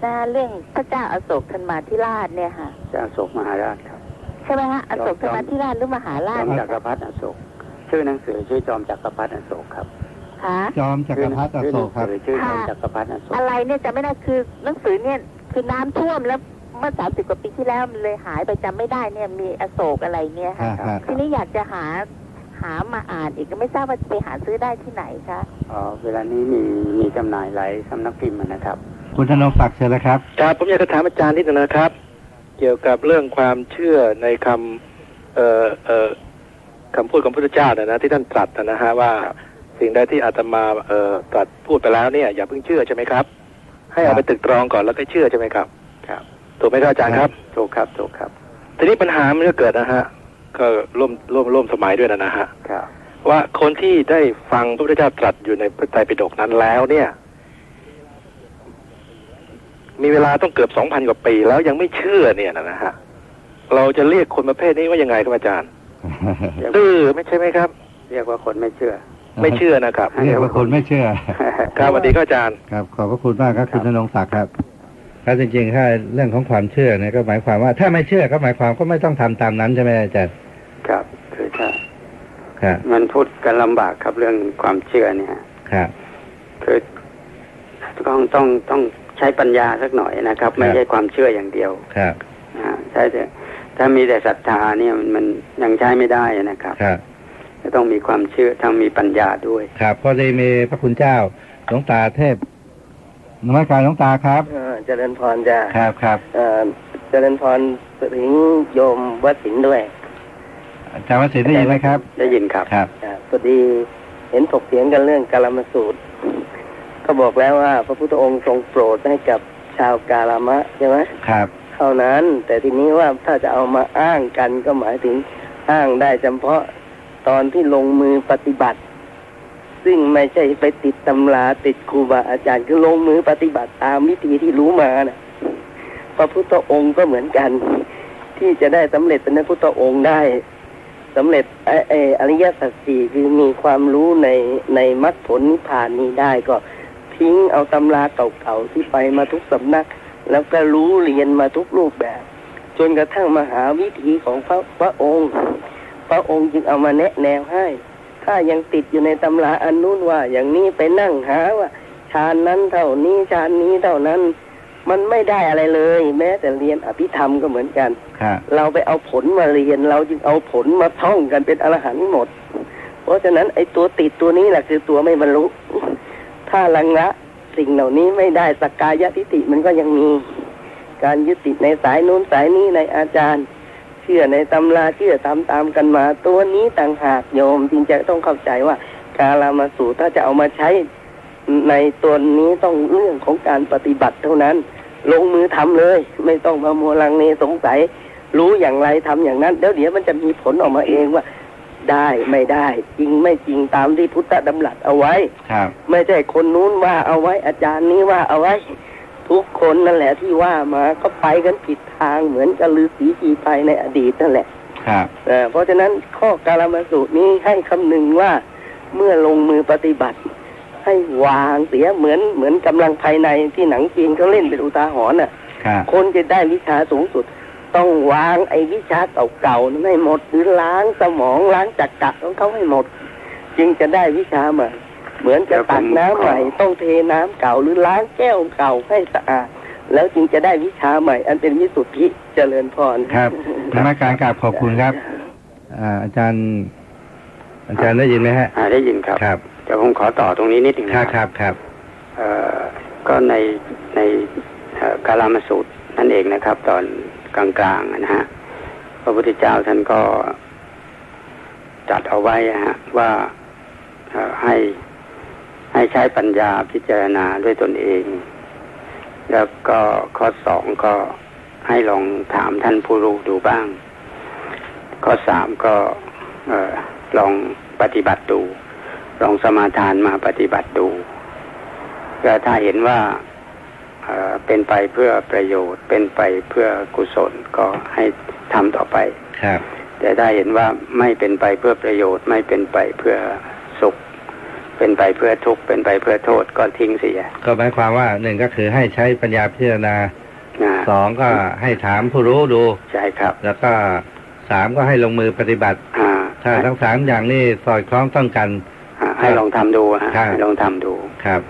Speaker 4: นะเรื่องพระเจ้าอโศกธนมาธิราชเนี่ยค่ะ
Speaker 1: เจ้าอโศกมหาราชครับ
Speaker 4: ใช่ไหมฮะอโศกธนมาธิราชหรือมหา
Speaker 1: จ
Speaker 4: รา
Speaker 1: อม
Speaker 4: ช
Speaker 1: จักรพรรดิอโศก ชื่อหนังสือชื่อจอมจักรพรรดิอโศกครับ
Speaker 4: คะ
Speaker 2: จอมจักรพรรดิอโศกครับ
Speaker 1: ชื่อหนังสือชื่อจอมจักรพรรดิอโศก
Speaker 4: อะไรเนี่ยจะไม่ได้คือหนังสือเนี่ยคือน้ำท่วมแล้วเมื่อ 30 กว่าปีที่แล้วมันเลยหายไปจำไม่ได้เนี่ยมีอโศกอะไรเนี่ยค่ะ
Speaker 2: อ่าฮะ
Speaker 4: ทีนี้อยากจะหาหามาอ่านอีกก็ไม่ทราบว่าไปหาซื้อได้ที่ไหนคะ
Speaker 1: อ๋อเวลานี้มีมีจำหน่ายหลายสำนักพิมพ์นะครับ
Speaker 2: คุณธนงศักดิ์เชิญเลยครับ
Speaker 5: ครับผมอยากจะถามอาจารย์นิดหนึงนะครับ เกี่ยวกับเรื่องความเชื่อในคำเอ่อเอ่อคำพูดของพระพุทธเจ้านะนะที่ท่านตรัสนะฮะว่าสิ่งใดที่อาตมาเอ่อตรัสพูดไปแล้วเนี่ยอย่าเพิ่งเชื่อใช่ไหมครับ ให้
Speaker 2: ครั
Speaker 5: เอา
Speaker 2: บ
Speaker 5: ไปตรึกตรองก่อนแล้วก็เชื่อใช่ไหมครับ
Speaker 1: ครับ
Speaker 5: ถูกไหมครับอาจารย์ครับ
Speaker 1: ถูกครับถูกครับ
Speaker 5: ทีนี้ปัญหามันก็เกิดนะฮะก็ร่วมร่วมร่วมสมัยด้วยนะนะฮะ
Speaker 1: ครับ
Speaker 5: ว่าคนที่ได้ฟังพระพุทธเจ้าตรัสอยู่ในพระไตรปิฎกนั้นแล้วเนี่ย มีเวลาต้องเกือบสองพันกว่าปีแล้วยังไม่เชื่อเนี่ยนะฮะ เราจะเรียกคนประเภทนี้ว่ายังไงครับอาจารย์
Speaker 1: เรียก
Speaker 5: ดื้อไม่ใช่ไหมครับ
Speaker 1: เรียกว่าคนไม่เชื่อ
Speaker 5: ไม่เชื่อนะครับ
Speaker 2: เรียกว่าคนไม่เชื่อ
Speaker 5: ครับสวัสดีครับอาจารย์
Speaker 2: ครับ ขอบพระคุณมากครับคุณธนงศักดิ์ครับครับจริงๆถ้าเรื่องของความเชื่อเนี่ยก็หมายความว่า ถ้าไม่เชื่อก็หมายความก็ไม่ต้องทำตามนั้นใช่ไหมอาจารย์
Speaker 1: ครับ คือถ้า
Speaker 2: ครับ
Speaker 1: มันพูดกันลำบากครับเรื่องความเชื่อเนี่ย
Speaker 2: ครับ
Speaker 1: คือต้องต้องต้องใช้ปัญญาสักหน่อยนะครับ ไม่ใช่ความเชื่ออย่างเดียว
Speaker 2: ครับ
Speaker 1: นะใช่แต่ถ้ามีแต่ศรัทธาเนี่ยมันมันยังใช้ไม่ได้นะครับ
Speaker 2: ครับ
Speaker 1: จะต้องมีความเชื่อทั้งมีปัญญาด้วย
Speaker 2: ครับก็ได้มีพระคุณเจ้าหลวงตาเทพนมัสการหลวงตาครับ
Speaker 6: เอ่อเจริญพรจ้ะ
Speaker 2: ครับครับ
Speaker 6: เอ่อเจริญพรถึงโยมวัดสิงห์ด้วย
Speaker 2: อาจารย์วสินได้ยินไหมครับ
Speaker 1: ได้ยินครับ
Speaker 2: ครับ
Speaker 6: อ่าพอดีเห็นถกเถียงกันเรื่องกาลามสูตร ก็บอกแล้วว่า พระพุทธองค์ทรงโปรดให้กับชาวกาลามะใช่ไหม
Speaker 2: ครับ
Speaker 6: เท่านั้น แต่ทีนี้ว่าถ้าจะเอามาอ้างกันก็หมายถึงอ้างได้เฉพาะตอนที่ลงมือปฏิบัติ ซึ่งไม่ใช่ไปติดตำราติดครูบาอาจารย์คือลงมือปฏิบัติตามวิธีที่รู้มานะ พระพุทธองค์ก็เหมือนกัน ที่จะได้สำเร็จเป็นพระพุทธองค์ได้สำเร็จไอ้ไอ้อริยสัจสี่คือมีความรู้ในในมรรคผลนิพพานนี้ได้ก็ทิ้งเอาตำราเก่าๆที่ไปมาทุกสำนัก แล้วก็รู้เรียนมาทุกรูปแบบ จนกระทั่งมาหาวิธีของพระพระองค์ พระองค์จึงเอามาแนะแนวให้ ถ้ายังติดอยู่ในตำราอันนู้นว่า อย่างนี้ไปนั่งหาว่าฌานนั้นเท่านี้ฌานนี้เท่านั้น มันไม่ได้อะไรเลย แม้แต่เรียนอภิธรรมก็เหมือนกัน
Speaker 2: ครับ
Speaker 6: เราไปเอาผลมาเรียน เราจึงเอาผลมาท่องกันเป็นอรหันต์หมด เพราะฉะนั้นไอ้ตัวติดตัวนี้แหละคือตัวไม่บรรลุ ถ้าลังละสิ่งเหล่านี้ไม่ได้สักกายทิฏฐิมันก็ยังมี การยึดติดในสายนู้นสายนี้ในอาจารย์ เชื่อในตำราเชื่อตามตามๆกันมา ตัวนี้ต่างหากโยมจึงจะต้องเข้าใจว่า กาลามาสูตรถ้าจะเอามาใช้ในตัวนี้ต้องเรื่องของการปฏิบัติเท่านั้น ลงมือทำเลย ไม่ต้องมามัวลังเลสงสัย รู้อย่างไรทำอย่างนั้น เดี๋ยวเดี๋ยวมันจะมีผลออกมาเองว่า ได้ไม่ได้ จริงไม่จริงตามที่พุทธดำรัสเอาไว้
Speaker 2: ครับ
Speaker 6: ไม่ใช่คนนู้นว่าเอาไว้อาจารย์นี้ว่าเอาไว้ ทุกคนนั่นแหละที่ว่ามาก็ไปกันผิดทางเหมือนกับลือสีจีไปในอดีตนั่นแหละ
Speaker 2: ครับ
Speaker 6: เอ่อเพราะฉะนั้นข้อการามาสูตรนี้ให้คำนึงว่าเมื่อลงมือปฏิบัติ ให้วางเสียเหมือนเหมือนกำลังภายในที่หนังจีนเขาเล่นเป็นอุทาหรณ์น่ะ
Speaker 2: ครับ
Speaker 6: คนจะได้วิชาสูงสุด ต้องวางไอ้วิชาเก่าๆนั้นให้หมดหรือล้างสมองล้างจักระของเขาให้หมด จึงจะได้วิชาใหม่เหมือนจะตักน้ำใหม่ ต้องเทน้ำเก่าหรือล้างแก้วเก่าให้สะอาด แล้วจึงจะได้วิชาใหม่ อันเป็นวิสุทธิเจริญพร
Speaker 2: ครับธรรมการกราบขอบคุณครับ อ่า อาจารย์ อาจารย์ได้ยินไหมฮะ
Speaker 1: อ่าได้ยินครับ
Speaker 2: ครับ
Speaker 1: เดี๋ยวผมขอต่อตรงนี้นิดหนึ่ง
Speaker 2: ครับ
Speaker 1: นะค
Speaker 2: ค
Speaker 1: รับ
Speaker 2: รับครับ
Speaker 1: เอ่อก็ในในเอ่อกาลามสูตรนั่นเองนะครับ ตอนกลางๆนะฮะพระพุทธเจ้าท่านก็จัดเอาไว้ฮะว่าเอ่อให้ให้ใช้ปัญญาพิจารณาด้วยตนเอง แล้วก็ข้อสองก็ให้ลองถามท่านผู้รู้ดูบ้าง ข้อสามก็เอ่อลองปฏิบัติดู ลองสมาทานมาปฏิบัติดูก็ถ้าเห็นว่าเอ่อเป็นไปเพื่อประโยชน์ เป็นไปเพื่อกุศลก็ให้ทำต่อไป
Speaker 2: ครับ
Speaker 1: แต่ถ้าเห็นว่าไม่เป็นไปเพื่อประโยชน์ ไม่เป็นไปเพื่อสุข เป็นไปเพื่อทุกข์เป็นไปเพื่อโทษก็ทิ้งเสีย
Speaker 2: ก็หมายความว่าหนึ่งก็คือให้ใช้ปัญญาพิจารณา
Speaker 1: นะ
Speaker 2: สองก็ให้ถามผู้รู้ดู
Speaker 1: ใช่ครับ
Speaker 2: แล้วก็สามก็ให้ลงมือปฏิบัติ
Speaker 1: อ่า
Speaker 2: ถ้าทั้งสามอย่างนี้สอดคล้องต้องกัน
Speaker 1: อ่าให้ลองทำดูฮะ
Speaker 2: ครับ
Speaker 1: ให้ลองทำดู
Speaker 2: ครับ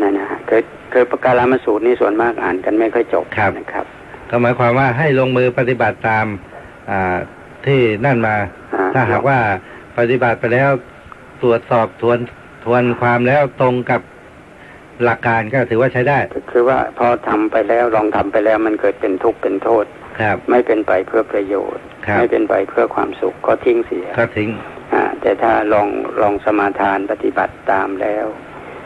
Speaker 1: นั่นนะฮะคือคือปการามสูตรนี่ส่วนมากอ่านกันไม่ค่อยจบ
Speaker 2: ครับ
Speaker 1: นะครับ
Speaker 2: ก็หมายความว่าให้ลงมือปฏิบัติตามอ่าที่นั่นมา
Speaker 1: อ่
Speaker 2: ถ้าหากว่าปฏิบัติไปแล้วตรวจสอบทวนทวนความแล้วตรงกับหลักการก็ถือว่าใช้ได้
Speaker 1: คือคือว่าพอทำไปแล้วลองทำไปแล้วมันเกิดเป็นทุกข์เป็นโทษ
Speaker 2: ครับ
Speaker 1: ไม่เป็นไปเพื่อประโยชน์
Speaker 2: ครับ
Speaker 1: ไม่เป็นไปเพื่อความสุขก็ทิ้งเสีย
Speaker 2: ก็ทิ้ง
Speaker 1: อ่าแต่ถ้าลองลองสมาทานปฏิบัติตามแล้ว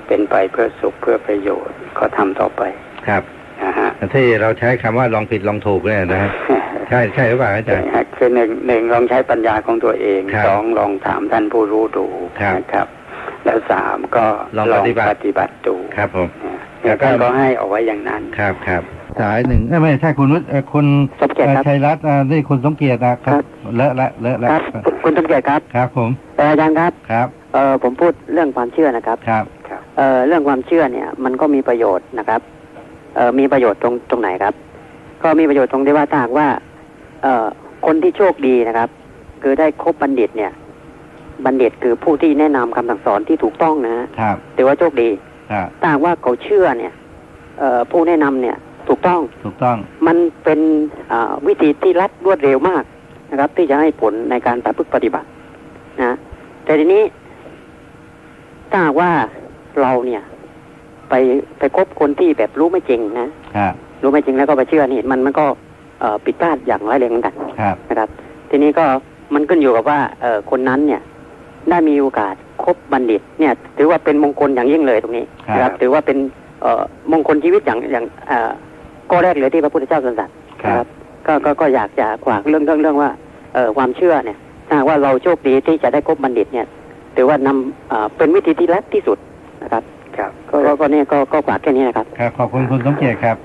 Speaker 1: เป็นไปเพื่อสุขเพื่อประโยชน์ก็ทำต่อไป
Speaker 2: ครับ
Speaker 1: นะฮะ
Speaker 2: ที่เราใช้คำว่าลองผิดลองถูกเนี่ยนะฮะใช่ใช่หรือเปล่าอาจารย์
Speaker 1: คือหนึ่งหนึ่งลองใช้ปัญญาของตัวเอง
Speaker 2: ครับ
Speaker 1: สองลองถามท่านผู้รู้ดู
Speaker 2: ครับ
Speaker 1: นะครับ แล้วสามก็
Speaker 2: ลองปฏิบัติ
Speaker 1: ปฏิบัติดู
Speaker 2: ครับผม
Speaker 1: แต่ท่านก็ให้เอาไว้อย่างนั้น
Speaker 2: ครับครับสายหนึ่งเอ้ยไม่ใช่คุณวุฒิเอ่อคุณ
Speaker 6: สมเกียรติครับ
Speaker 2: อ่อชัยรัตน์อ่านี่คุณสมเกียรตินะค
Speaker 6: ครั
Speaker 2: รับ บเลอะละเลอะละ
Speaker 6: ครับ คุณสมเกียรติครับ
Speaker 2: ครับผม
Speaker 6: เอ่ออาจารย์ครับ
Speaker 2: ครับ
Speaker 6: เออผมพูดเรื่องความเชื่อนะครับ
Speaker 2: ครับ
Speaker 6: เอ่อเรื่องความเชื่อเนี่ยมันก็มีประโยชน์นะครับเอ่อมีประโยชน์ตรงตรงไหนครับ ก็มีประโยชน์ตรงที่ว่าถ้าหากว่า เอ่อคนที่โชคดีนะครับ คือได้คบบัณฑิตเนี่ย บัณฑิตคือผู้ที่แนะนำคำสั่งสอนที่ถูกต้องนะฮะ
Speaker 2: ครับ
Speaker 6: ถือว่าโชคดี
Speaker 2: ครับ
Speaker 6: ถ้าหากว่าเขาเชื่อเนี่ยเอ่อผู้แนะนำเนี่ย ถูกต้อง
Speaker 2: ถูกต้อง
Speaker 6: มันเป็นอ่าวิธีที่รัดรวดเร็วมากนะครับ ที่จะให้ผลในการประพฤติปฏิบัตินะ แต่ทีนี้ถ้าหากว่าเราเนี่ย ไปไปคบคนที่แบบรู้ไม่จริงนะครับ รู้ไม่จริงแล้วก็ไปเชื่อนี่มันมันก็เอ่อผิดพลาดอย่างร้ายแรงเหมือนกัน
Speaker 2: ครับ
Speaker 6: นะครับ ทีนี้ก็มันขึ้นอยู่กับว่าเอ่อคนนั้นเนี่ย ได้มีโอกาสคบบัณฑิต เนี่ย ถือว่าเป็นมงคลอย่างยิ่งเลยตรงนี้นะถือว่าเป็นเอ่อมงคลชีวิตอย่างอย่างเอ่อข้อแรกเลยที่พระพุทธเจ้าทรงตรัส
Speaker 2: ครับ
Speaker 6: ก็ก็ก็อยากจะขวากเรื่องเรื่องเรื่องว่าเอ่อความเชื่อเนี่ยถ้าหากว่าเราโชคดีที่จะได้คบบัณฑิตเนี่ยถือว่านำเอ่อเป็นวิธีที่รัดที่สุดนะครับ
Speaker 1: ครับ
Speaker 6: ก็ก็ก็เนี่ยก็ก็ขวากแค่นี้นะครับ
Speaker 2: ครับขอบคุณคุณสมเกียรติครับ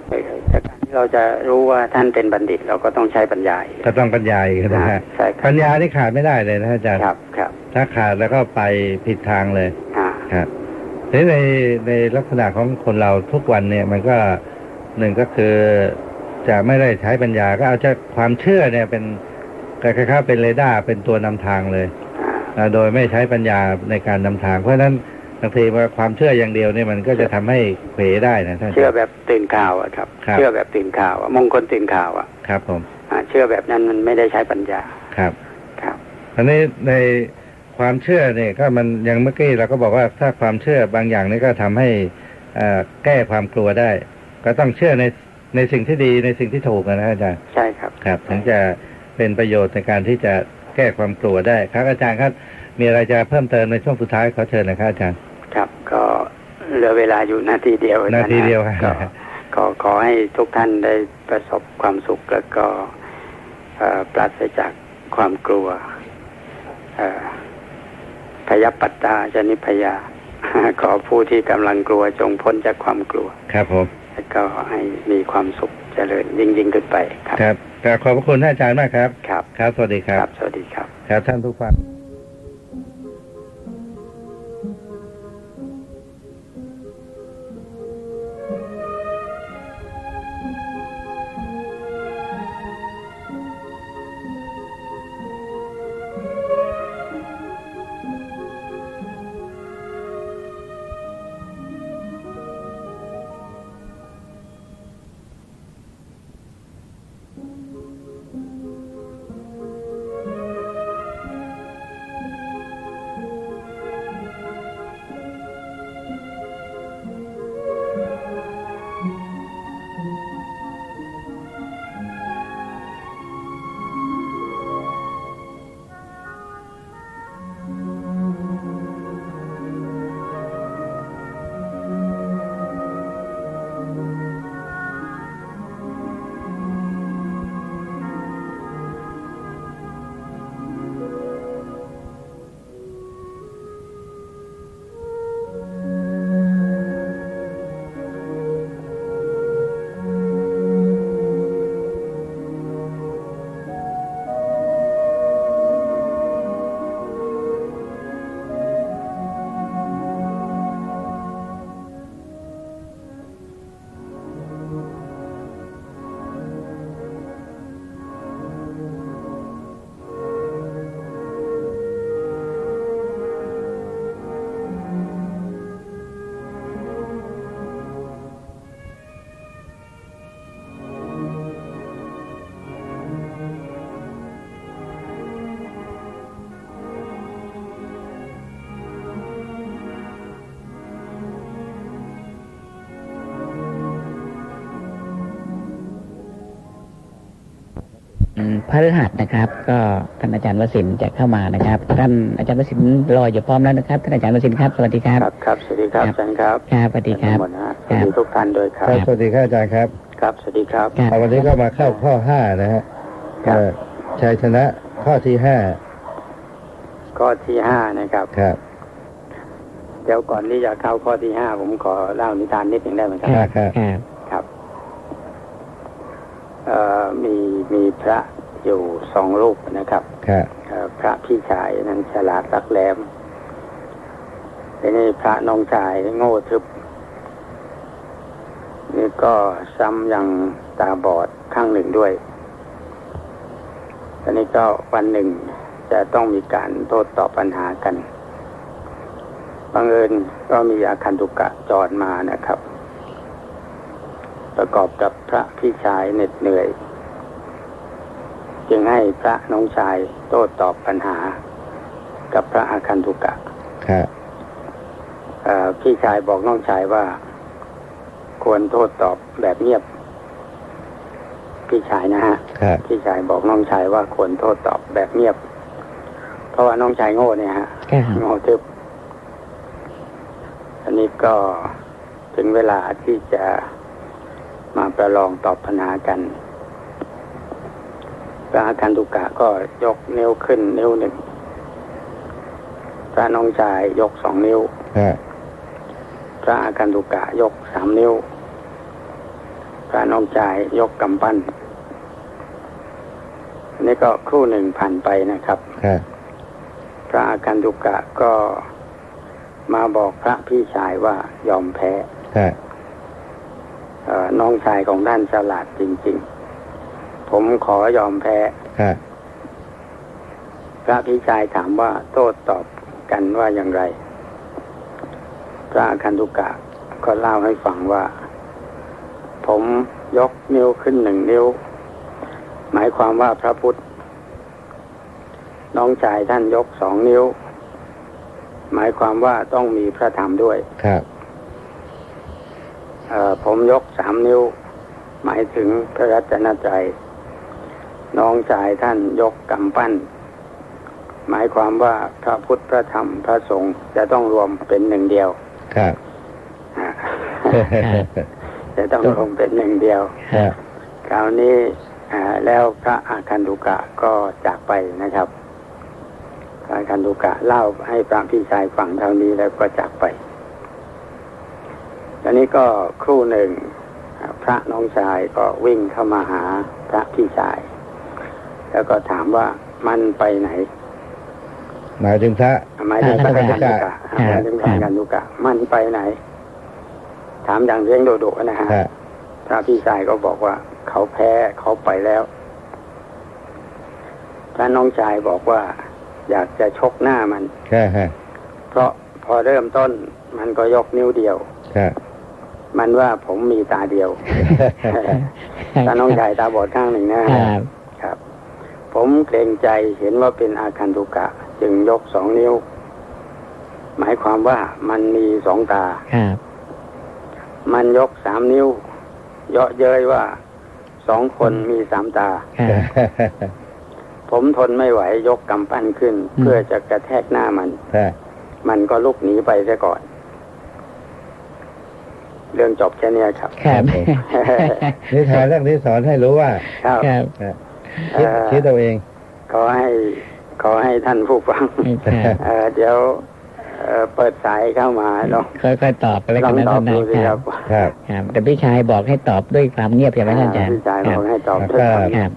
Speaker 1: จากการที่เราจะรู้ว่าท่านเป็นบัณฑิต เราก็ต้องใช้ปัญญาอีก
Speaker 2: ก็ต้องปัญญาอีกนะฮะ
Speaker 1: ใช่ครั
Speaker 2: ปั
Speaker 1: บ
Speaker 2: ญญาที่ขาดไม่ได้เลยนะอาจารย์
Speaker 1: ครับครับ
Speaker 2: ถ้าขาดแล้วก็ไปผิดทางเลย
Speaker 1: อ่า
Speaker 2: ครับทีนี้ในในลักษณะของคนเราทุกวันเนี่ยมันก็หนึ่งก็คือจะไม่ได้ใช้ปัญญาก็เอาจะความเชื่อเนี่ยเป็นคล้ายๆเป็นเรดาร์เป็นตัวนำทางเลยอ่าโดยไม่ใช้ปัญญาในการนำทาง เพราะฉะนั้นบางทีว่าความเชื่ออย่างเดียวเนี่ยมันก็จะทำให้เขวได้นะท่าน
Speaker 1: เชื่อแบบตื่นข่าวอะครับ
Speaker 2: ครับ
Speaker 1: เชื่อแบบตื่นข่าวอะมงคลตื่นข่าวอะ
Speaker 2: ครับผม
Speaker 1: อ่าเชื่อแบบนั้นมันไม่ได้ใช้ปัญญา
Speaker 2: ครับ
Speaker 1: ครับ
Speaker 2: ทีนี้ในความเชื่อเนี่ยก็มันอย่างเมื่อกี้เราก็บอกว่าถ้าความเชื่อบางอย่างนี่ก็ทำให้เอ่อแก้ความกลัวได้ ก็ต้องเชื่อในในสิ่งที่ดีในสิ่งที่ถูกนะอาจารย์
Speaker 1: ใช่ครับ
Speaker 2: ครับถึงจะเป็นประโยชน์ในการที่จะแก้ความกลัวได้ครับอาจารย์ครับ มีอะไรจะเพิ่มเติมในช่วงสุดท้ายขอเชิญหนะครับอาจารย์
Speaker 1: ครับ ก็เหลือเวลาอยู่นาทีเดียวะะ
Speaker 2: นาทีเดียวครับ
Speaker 1: ก็ขอขอให้ทุกท่านได้ประสบความสุขแล้วก็เอ่อปราศจากความกลัวเอ่อพยปัตตาชนิพยา ขอผู้ที่กำลังกลัวจงพ้นจากความกลัว
Speaker 2: ครับผม
Speaker 1: แล้วก็ให้มีความสุขเจริญยิ่งยิ่งๆขึ้นไปครับ
Speaker 2: ครับกราบขอบพระคุณท่านอาจารย์มากครับ
Speaker 1: ครับ
Speaker 2: ครับ สวัสดีค
Speaker 1: ค
Speaker 2: รั
Speaker 1: รับ บ สวัสดีครับ
Speaker 2: ครับท่านผู้ฟัง
Speaker 7: อืมพฤหัสนะครับ ก็ท่านอาจารย์วสินทร์จะเข้ามานะครับ ท่านอาจารย์วสินทร์รออยู่พร้อมแล้วนะครับท่านอาจารย์วสินทร์ครับสวัสดีครับ
Speaker 1: ครับ ครับ สวัสดีครับ
Speaker 7: ครับ
Speaker 1: อาจารย์ครับ
Speaker 7: ครับสวัสดีครับ
Speaker 1: ทั้งหมดนะฮะสวัสดีทุกท่านด้วยครั
Speaker 2: ครับ บสวัสดีครับอาจารย์ครับ
Speaker 1: ครับ สวัสดีครับ
Speaker 7: ครับ
Speaker 2: เอาวันนี้ก็มาเข้าข้อห้านะฮะ
Speaker 1: ครับ
Speaker 2: เอ่อชัยชนะข้อที่ห้า
Speaker 1: ข้อที่ห้านะครับ
Speaker 2: ครับ
Speaker 1: เดี๋ยวก่อนที่จะเข้าข้อที่ห้าผมขอเล่านิทานนิดหนึ่งได้ไหมครับ
Speaker 2: ครับครับ
Speaker 7: ครับ
Speaker 1: ครับเอ่อมีมีพระอยู่สองรูปนะครับ
Speaker 2: ครับ
Speaker 1: เอ่อพระพี่ชายนั้นฉลาดรักแหลมทีนี้พระน้องชายโง่ทึบ นี่ก็ซ้ำยังตาบอดข้างหนึ่งด้วยทีนี้ก็วันหนึ่งจะต้องมีการโต้ตอบปัญหากันบังเอิญก็มีอาคันตุกะจอดมานะครับ ประกอบกับพระพี่ชายเหน็ดเหนื่อย จึงให้พระน้องชายโต้ตอบปัญหา กับพระอาคันตุกะ
Speaker 2: ครับ
Speaker 1: เอ่อพี่ชายบอกน้องชายว่า ควรโทษตอบแบบเงียบ พี่ชายนะฮะ
Speaker 2: ครับ
Speaker 1: พี่ชายบอกน้องชายว่าควรโทษตอบแบบเงียบ เพราะว่าน้องชายโง่เนี่ยฮะ
Speaker 7: ครับ
Speaker 1: โง่ทึบ อันนี้ก็ถึงเวลาที่จะมาประลองตอบปัญหากันพระอาคันตุกะก็ยกนิ้วขึ้นนิ้วหนึ่ง พระน้องชายยกสองนิ้ว
Speaker 2: ครับ
Speaker 1: พระอาคันตุกะยกสามนิ้ว พระน้องชายยกกำปั้น อันนี้ก็ครู่หนึ่งผ่านไปนะครับ
Speaker 2: ครับ
Speaker 1: พระอากันตุกะก็มาบอกพระพี่ชายว่ายอมแพ้
Speaker 2: ครับ
Speaker 1: เอ่อน้องชายของด้านฉลาดจริง ๆ ผมขอยอมแพ้
Speaker 2: ครับ
Speaker 1: พระพี่ชายถามว่าโต้ตอบกันว่าอย่างไร พระอาคันตุกะก็เล่าให้ฟังว่า ผมยกนิ้วขึ้นหนึ่งนิ้ว หมายความว่าพระพุทธ น้องชายท่านยกสองนิ้ว หมายความว่าต้องมีพระธรรมด้วย
Speaker 2: ครับ
Speaker 1: เอ่อผมยกสามนิ้ว หมายถึงพระรัตนตรัยน้องชายท่านยกกำปั้น หมายความว่าพระพุทธพระธรรมพระสงฆ์จะต้องรวมเป็นหนึ่งเดียว
Speaker 2: ครับ
Speaker 1: ฮะ
Speaker 2: ครับ
Speaker 1: จะต้องรวมเป็นหนึ่งเดียว
Speaker 2: ครับ
Speaker 1: คราวนี้อ่าแล้วพระอาคันตุกะก็จากไปนะครับพระอาคันตุกะเล่าให้พระพี่ชายฟังเท่านี้แล้วก็จากไปตอนนี้ก็ครู่หนึ่งอ่าพระน้องชายก็วิ่งเข้ามาหาพระพี่ชาย แล้วก็ถามว่ามันไปไหน
Speaker 2: หมายถึงพระ
Speaker 1: หมายถึงพ
Speaker 7: พ
Speaker 1: ระ
Speaker 7: ระ
Speaker 1: อา
Speaker 7: อาคัน
Speaker 1: คัน
Speaker 7: ตุกะ
Speaker 1: ตุกะอ่าหมายถึงพระอาคันตุกะ มันไปไหน ถามอย่างเร่งโดดๆนะฮะ
Speaker 2: ครับ
Speaker 1: พระพี่ชายก็บอกว่าเขาแพ้เขาไปแล้ว พระน้องชายบอกว่า อยากจะชกหน้ามัน
Speaker 2: ครับ
Speaker 1: เพราะพอเริ่มต้นมันก็ยกนิ้วเดียว
Speaker 2: ครับ
Speaker 1: มันว่าผมมีตาเดียว พระน้องชายตาบอดข้างหนึ่งนะฮะ
Speaker 7: ครับ
Speaker 1: ครับ ผมเกรงใจเห็นว่าเป็นอาคันตุกะ จึงยกสองนิ้ว หมายความว่ามันมีสองตา
Speaker 7: ครับ
Speaker 1: มันยกสามนิ้ว เยาะเย้ยว่าสองคนมีสามตา
Speaker 7: ครับ
Speaker 1: ผมทนไม่ไหวยกกำปั้นขึ้น
Speaker 7: อืม
Speaker 1: เพื่อจะกระแทกหน้ามัน
Speaker 2: ครับ
Speaker 1: มันก็ลุกหนีไปซะก่อน เรื่องจบแค่เนี้ยครับ
Speaker 7: ครับ
Speaker 2: นิทานเรื่องนี้สอนให้รู้ว่า
Speaker 1: ครับ
Speaker 7: ครับ
Speaker 2: คิด
Speaker 1: เอ่อ
Speaker 2: คิดเอาเอง
Speaker 1: ขอให้ ขอให้ท่านผู้ฟัง
Speaker 7: ครับ
Speaker 1: เอ่อเดี๋ยวเอ่อเปิดสายเข้ามาลอง
Speaker 7: ค่อยๆตอบไปแล้ว
Speaker 1: ล
Speaker 7: กั
Speaker 1: อน ง
Speaker 7: นะ
Speaker 1: ตอ
Speaker 7: ท่า
Speaker 1: บ
Speaker 7: น
Speaker 1: ดูสิ
Speaker 7: นะค
Speaker 1: ครั
Speaker 7: รั
Speaker 1: บบ
Speaker 2: ครับ
Speaker 7: ครับ แต่พี่ชายบอกให้ตอบด้วยความเงียบใช่ไหมท่านอาจารย์
Speaker 1: พี่ชาย
Speaker 7: ค
Speaker 1: บ
Speaker 7: รั
Speaker 1: อบ กให้ตอบ
Speaker 2: ครับ
Speaker 1: ด้วยความ
Speaker 7: ครับ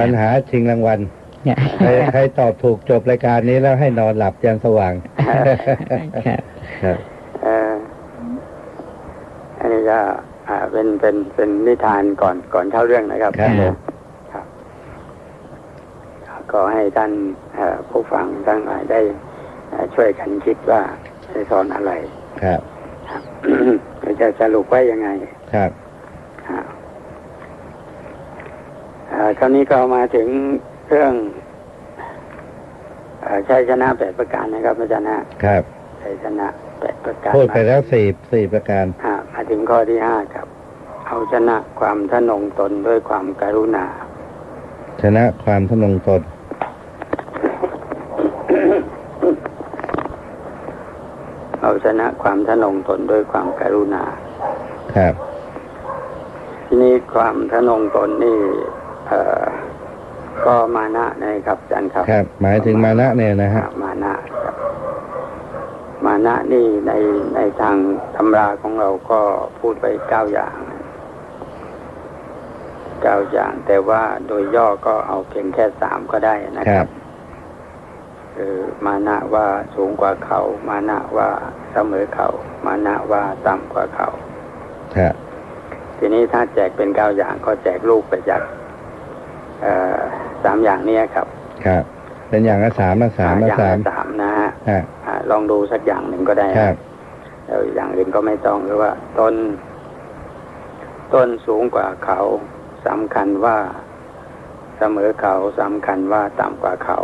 Speaker 2: ปัญหาชิงรางวัล
Speaker 7: เนี่ย
Speaker 2: ใครใครตอบถูกจบรายการนี้แล้วให้นอนหลับยันสว่าง
Speaker 7: ครับ
Speaker 2: ครับ
Speaker 1: เอ่ออันนี้ก็อ่าเป็นเป็นเป็นนิทานก่อนก่อนเข้าเรื่องนะครับ
Speaker 2: ครับผม
Speaker 1: ขอให้ท่านเอ่อผู้ฟังทั้งหลายได้เอ่อช่วยกันคิดว่าจะสอนอะไร
Speaker 2: ครับ
Speaker 1: ครับ เราจะสรุปไว้ยังไง
Speaker 2: ครับ
Speaker 1: ครับเอ่อคราวนี้ก็มาถึงเรื่องเอ่อชัยชนะแปดประการนะครับอาจารย์นะครับ ชัยชนะแปดประการ
Speaker 2: พูดไปแล้วสี่สี่ประการ
Speaker 1: อ่ะมาถึงข้อที่ห้าครับ เอาชนะความทะนงตนด้วยความกรุณา
Speaker 2: ชนะความทะนงตน
Speaker 1: เอาชนะความทะนงตนด้วยความกรุณา
Speaker 2: ครับ
Speaker 1: ทีนี้ความทะนงตนนี่เอ่อก็มานะนะครับอาจารย์ครับ
Speaker 2: ครับ หมายถึงมานะเนี่ยนะ
Speaker 1: ค
Speaker 2: ฮะ
Speaker 1: รับมานะครับ ม มานะนี่ในในทางตำราของเราก็พูดไปเก้าอย่างเก้าอย่าง แต่ว่าโดยย่อก็เอาเพียงแค่สามก็ได้นะ
Speaker 2: ค
Speaker 1: ค
Speaker 2: รั
Speaker 1: รับ บ คือมานะว่าสูงกว่าเขา มานะว่าเสมอเขา มานะว่าต่ำกว่าเขา
Speaker 2: ครับ
Speaker 1: ทีนี้ถ้าแจกเป็นเก้าอย่างก็แจกลูกไปจากเอ่อสามอย่างเนี้ยครับ
Speaker 2: ครับ เป็นอย่างละสามละสาม
Speaker 1: อ่
Speaker 2: ละ
Speaker 1: อย่าง
Speaker 2: สาม
Speaker 1: ละสามนะฮะ
Speaker 2: ฮะ
Speaker 1: อ่าลองดูสักอย่างหนึ่งก็ได้
Speaker 2: ครับ
Speaker 1: แล้วอย่างอื่นก็ไม่ต้องหรือว่า ต้น ต้นสูงกว่าเขาสำคัญว่าเสมอเขาสำคัญว่าต่ำกว่าเขา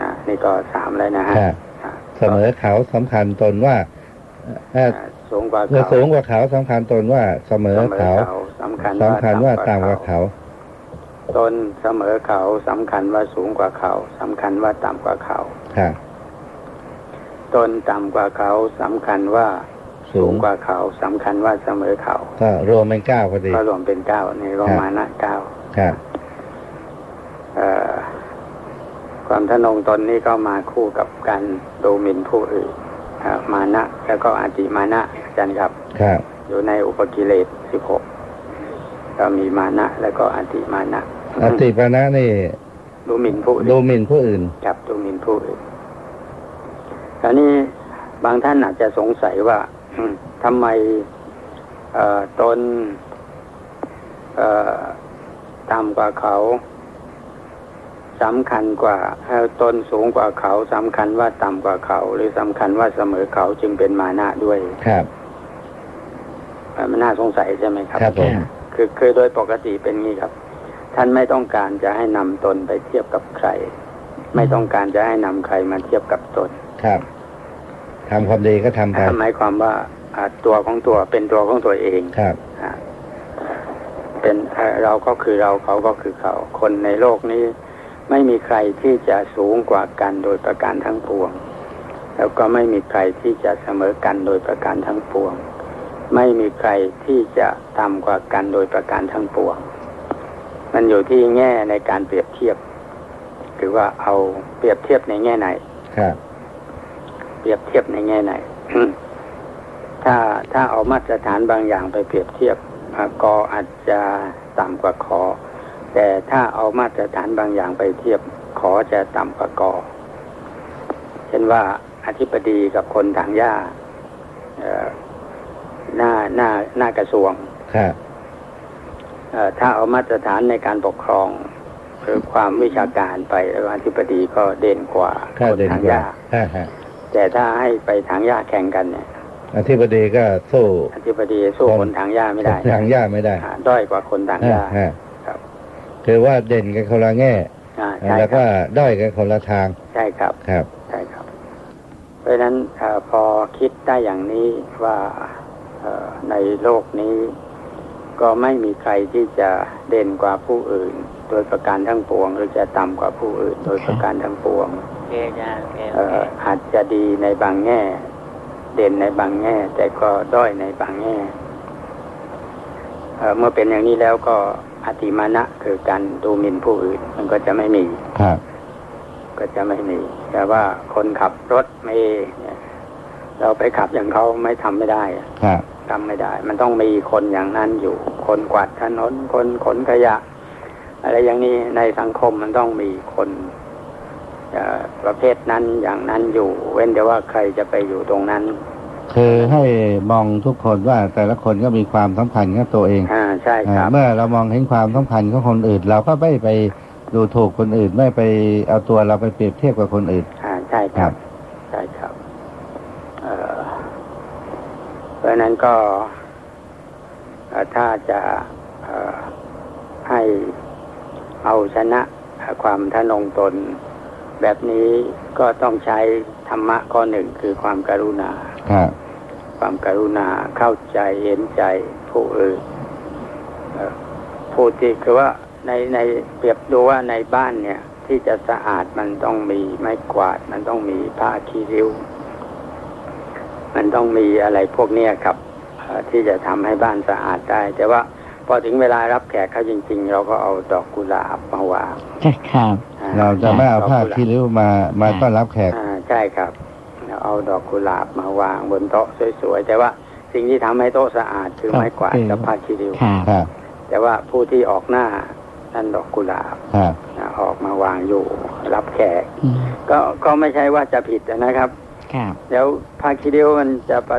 Speaker 1: อ่านี่ก็สามแล้วนะฮะ
Speaker 2: ครับ
Speaker 1: อ่า
Speaker 2: เสมอเขาสำคัญตนว่าเอ่อ
Speaker 1: อ่าสูงกว่า
Speaker 2: เมื่อ
Speaker 1: เขา
Speaker 2: สูงกว่าเขาสำคัญตนว่าเสมอเขา
Speaker 1: สำคัญ
Speaker 2: สำคัญว่าต่ำกว่าเขา
Speaker 1: ตนเสมอเขาสำคัญว่าสูงกว่าเขาสำคัญว่าต่ำกว่าเขา
Speaker 2: ครับ
Speaker 1: ตนต่ำกว่าเขาสำคัญว่า
Speaker 2: สูง
Speaker 1: กว่าเขาสำคัญว่าเสมอเขา
Speaker 2: ก็รวมเป็นเก้าพอดี
Speaker 1: ก็รวมเป็นเก้าในโร
Speaker 2: ครับ
Speaker 1: มานะเก้า
Speaker 2: ครับ
Speaker 1: เอ่อความทะนงตนนี้ก็มาคู่กับการดูหมิ่นผู้อื่นเอ่อมานะแล้วก็อาจิมานะอาจารย์ครับ
Speaker 2: ครับ
Speaker 1: อยู่ในอุปกิเลสสิบหกก็มีมานะแล้วก็อาจิมานะ
Speaker 2: อติปนะนี่
Speaker 1: ดูหมิ่นผู้อื่น
Speaker 2: ดูหมิ่นผู้อื่น
Speaker 1: จับตรงนินผู้อื่นคราวนี้บางท่านอาจจะสงสัยว่า ทำไมเอ่อตนเอ่อต่ำกว่าเขาสำคัญกว่าเอ่อตนสูงกว่าเขาสำคัญว่าต่ำกว่าเขา หรือสำคัญว่าเสมอเขาจึงเป็นมานะด้วย
Speaker 2: ครับ
Speaker 1: เอ่อมันน่าสงสัยใช่ไหมครับ
Speaker 2: ครับผม
Speaker 1: คือคือโดยปกติเป็นงี้ครับ ท่านไม่ต้องการจะให้นำตนไปเทียบกับใคร ไม่ต้องการจะให้นำใครมาเทียบกับตน
Speaker 2: ครับทำความดีก็ทำไป
Speaker 1: หมายความว่าอ่าตัวของตัวเป็นตัวของตัวเอง
Speaker 2: ครับ
Speaker 1: อ่าเป็นเอ่อเราก็คือเราเขาก็คือเขา คนในโลกนี้ ไม่มีใครที่จะสูงกว่ากันโดยประการทั้งปวง แล้วก็ไม่มีใครที่จะเสมอกันโดยประการทั้งปวง ไม่มีใครที่จะต่ำกว่ากันโดยประการทั้งปวง มันอยู่ที่แง่ในการเปรียบเทียบ คือว่าเอาเปรียบเทียบในแง่ไหน
Speaker 2: ครับ
Speaker 1: เปรียบเทียบในแง่ไหน ถ้าถ้าเอามาตรฐานบางอย่างไปเปรียบเทียบอ่ะกออาจจะต่ำกว่าขอ แต่ถ้าเอามาตรฐานบางอย่างไปเทียบขอจะต่ำกว่ากอ เช่นว่าอธิบดีกับคนถางหญ้าเอ่อหน้าหน้าหน้ากระทรวง
Speaker 2: ครับ
Speaker 1: เอ่อถ้าเอามาตรฐานในการปกครองหรือความวิชาการไปแล้วอธิบดีก็เด่นกว่า
Speaker 2: ข้า
Speaker 1: คน
Speaker 2: เด่น
Speaker 1: ทาง
Speaker 2: ก
Speaker 1: ห
Speaker 2: ว่า
Speaker 1: ญ้า
Speaker 2: ฮะฮะ
Speaker 1: แต่ถ้าให้ไปทางหญ้าแข่งกันเนี่ย
Speaker 2: อธิบดีก็สู้
Speaker 1: อธิบดีสู้
Speaker 2: ครับ
Speaker 1: คนทางหญ้าไม่ได้
Speaker 2: ทางยากไม่ได้
Speaker 1: อ่าด้อยกว่าคนทางห
Speaker 2: ฮะ
Speaker 1: ญ้า
Speaker 2: ฮะ
Speaker 1: ครับ
Speaker 2: คือว่าเด่นกันคนละแง่
Speaker 1: อ่าใช่
Speaker 2: แล้ว
Speaker 1: ค
Speaker 2: ก็
Speaker 1: รับ
Speaker 2: ด้อยกันคนละทาง
Speaker 1: ใช่ครับ
Speaker 2: ครับ
Speaker 1: ใช่ครับ เพราะฉะนั้นเออพอคิดได้อย่างนี้ว่าเอ่อในโลกนี้ ก็ไม่มีใครที่จะเด่นกว่าผู้อื่น โดยประการทั้งปวง หรือจะต่ำกว่าผู้อื่น โดยประการทั้งปวง
Speaker 7: โอเคจ้าโอเค
Speaker 1: เอ่ออาจจะดีในบางแง่ เด่นในบางแง่ แต่ก็ด้อยในบางแง่เอ่อเมื่อเป็นอย่างนี้แล้วก็อติมานะคือการดูหมิ่นผู้อื่น มันก็จะไม่มี
Speaker 2: ครับ
Speaker 1: ก็จะไม่มี แต่ว่าคนขับรถเมล์เนี่ยเราไปขับอย่างเขาไม่ทำไม่ได้อะ
Speaker 2: ครับ
Speaker 1: ทำไม่ได้ มันต้องมีคนอย่างนั้นอยู่ คนกวาดถนนคนขนขยะ อะไรอย่างนี้ในสังคมมันต้องมีคนเอ่อประเภทนั้นอย่างนั้นอยู่ เว้นแต่ว่าใครจะไปอยู่ตรงนั้น
Speaker 2: คือให้มองทุกคนว่าแต่ละคนก็มีความสำคัญกับตัวเอง
Speaker 1: อ่าใช่ครับ
Speaker 2: เมื่อเรามองเห็นความสำคัญของคนอื่น เราก็ไม่ไปดูถูกคนอื่น ไม่ไปเอาตัวเราไปเปรียบเทียบกับคนอื่น
Speaker 1: อ่าใช่ครับ ใช่ครับเอ่อเพราะฉะนั้นก็เอ่อถ้าจะเอ่อให้เอาชนะความทะนงตน แบบนี้ก็ต้องใช้ธรรมะข้อหนึ่งคือความการุณา
Speaker 2: ครับ
Speaker 1: ความกรุณาเข้าใจเห็นใจผู้อื่นเอ่อผู้ที่คือว่าในในเปรียบดูว่าในบ้านเนี่ย ที่จะสะอาดมันต้องมีไม้กวาด มันต้องมีผ้าขี้ริ้ว มันต้องมีอะไรพวกเนี้ยครับเอ่อที่จะทำให้บ้านสะอาดได้ แต่ว่าพอถึงเวลารับแขกเขาจริง ๆ เราก็เอาดอกกุหลาบมาวาง
Speaker 7: ครับ
Speaker 1: อ่
Speaker 2: เราจะไม่เอาผ้า
Speaker 1: ดกกุหลบ
Speaker 2: ที่ริ้วมามาต้อนรับแขก
Speaker 1: อ่าใช่ครับ เอาดอกกุหลาบมาวางบนโต๊ะสวยๆแต่ว่าสิ่งที่ทำให้โต๊ะสะอาดคือไม้กวาดกับผ้าคีริว
Speaker 7: ครับ
Speaker 8: ครับ
Speaker 1: แต่ว่าผู้ที่ออกหน้านั่นดอกกุหลาบ
Speaker 8: ครับ
Speaker 1: นะออกมาวางอยู่ รับแขก
Speaker 7: อืม
Speaker 1: ก็ก็ไม่ใช่ว่าจะผิดนะครับ
Speaker 7: ครับ
Speaker 1: แล้วผ้าคีริ้วมันจะประ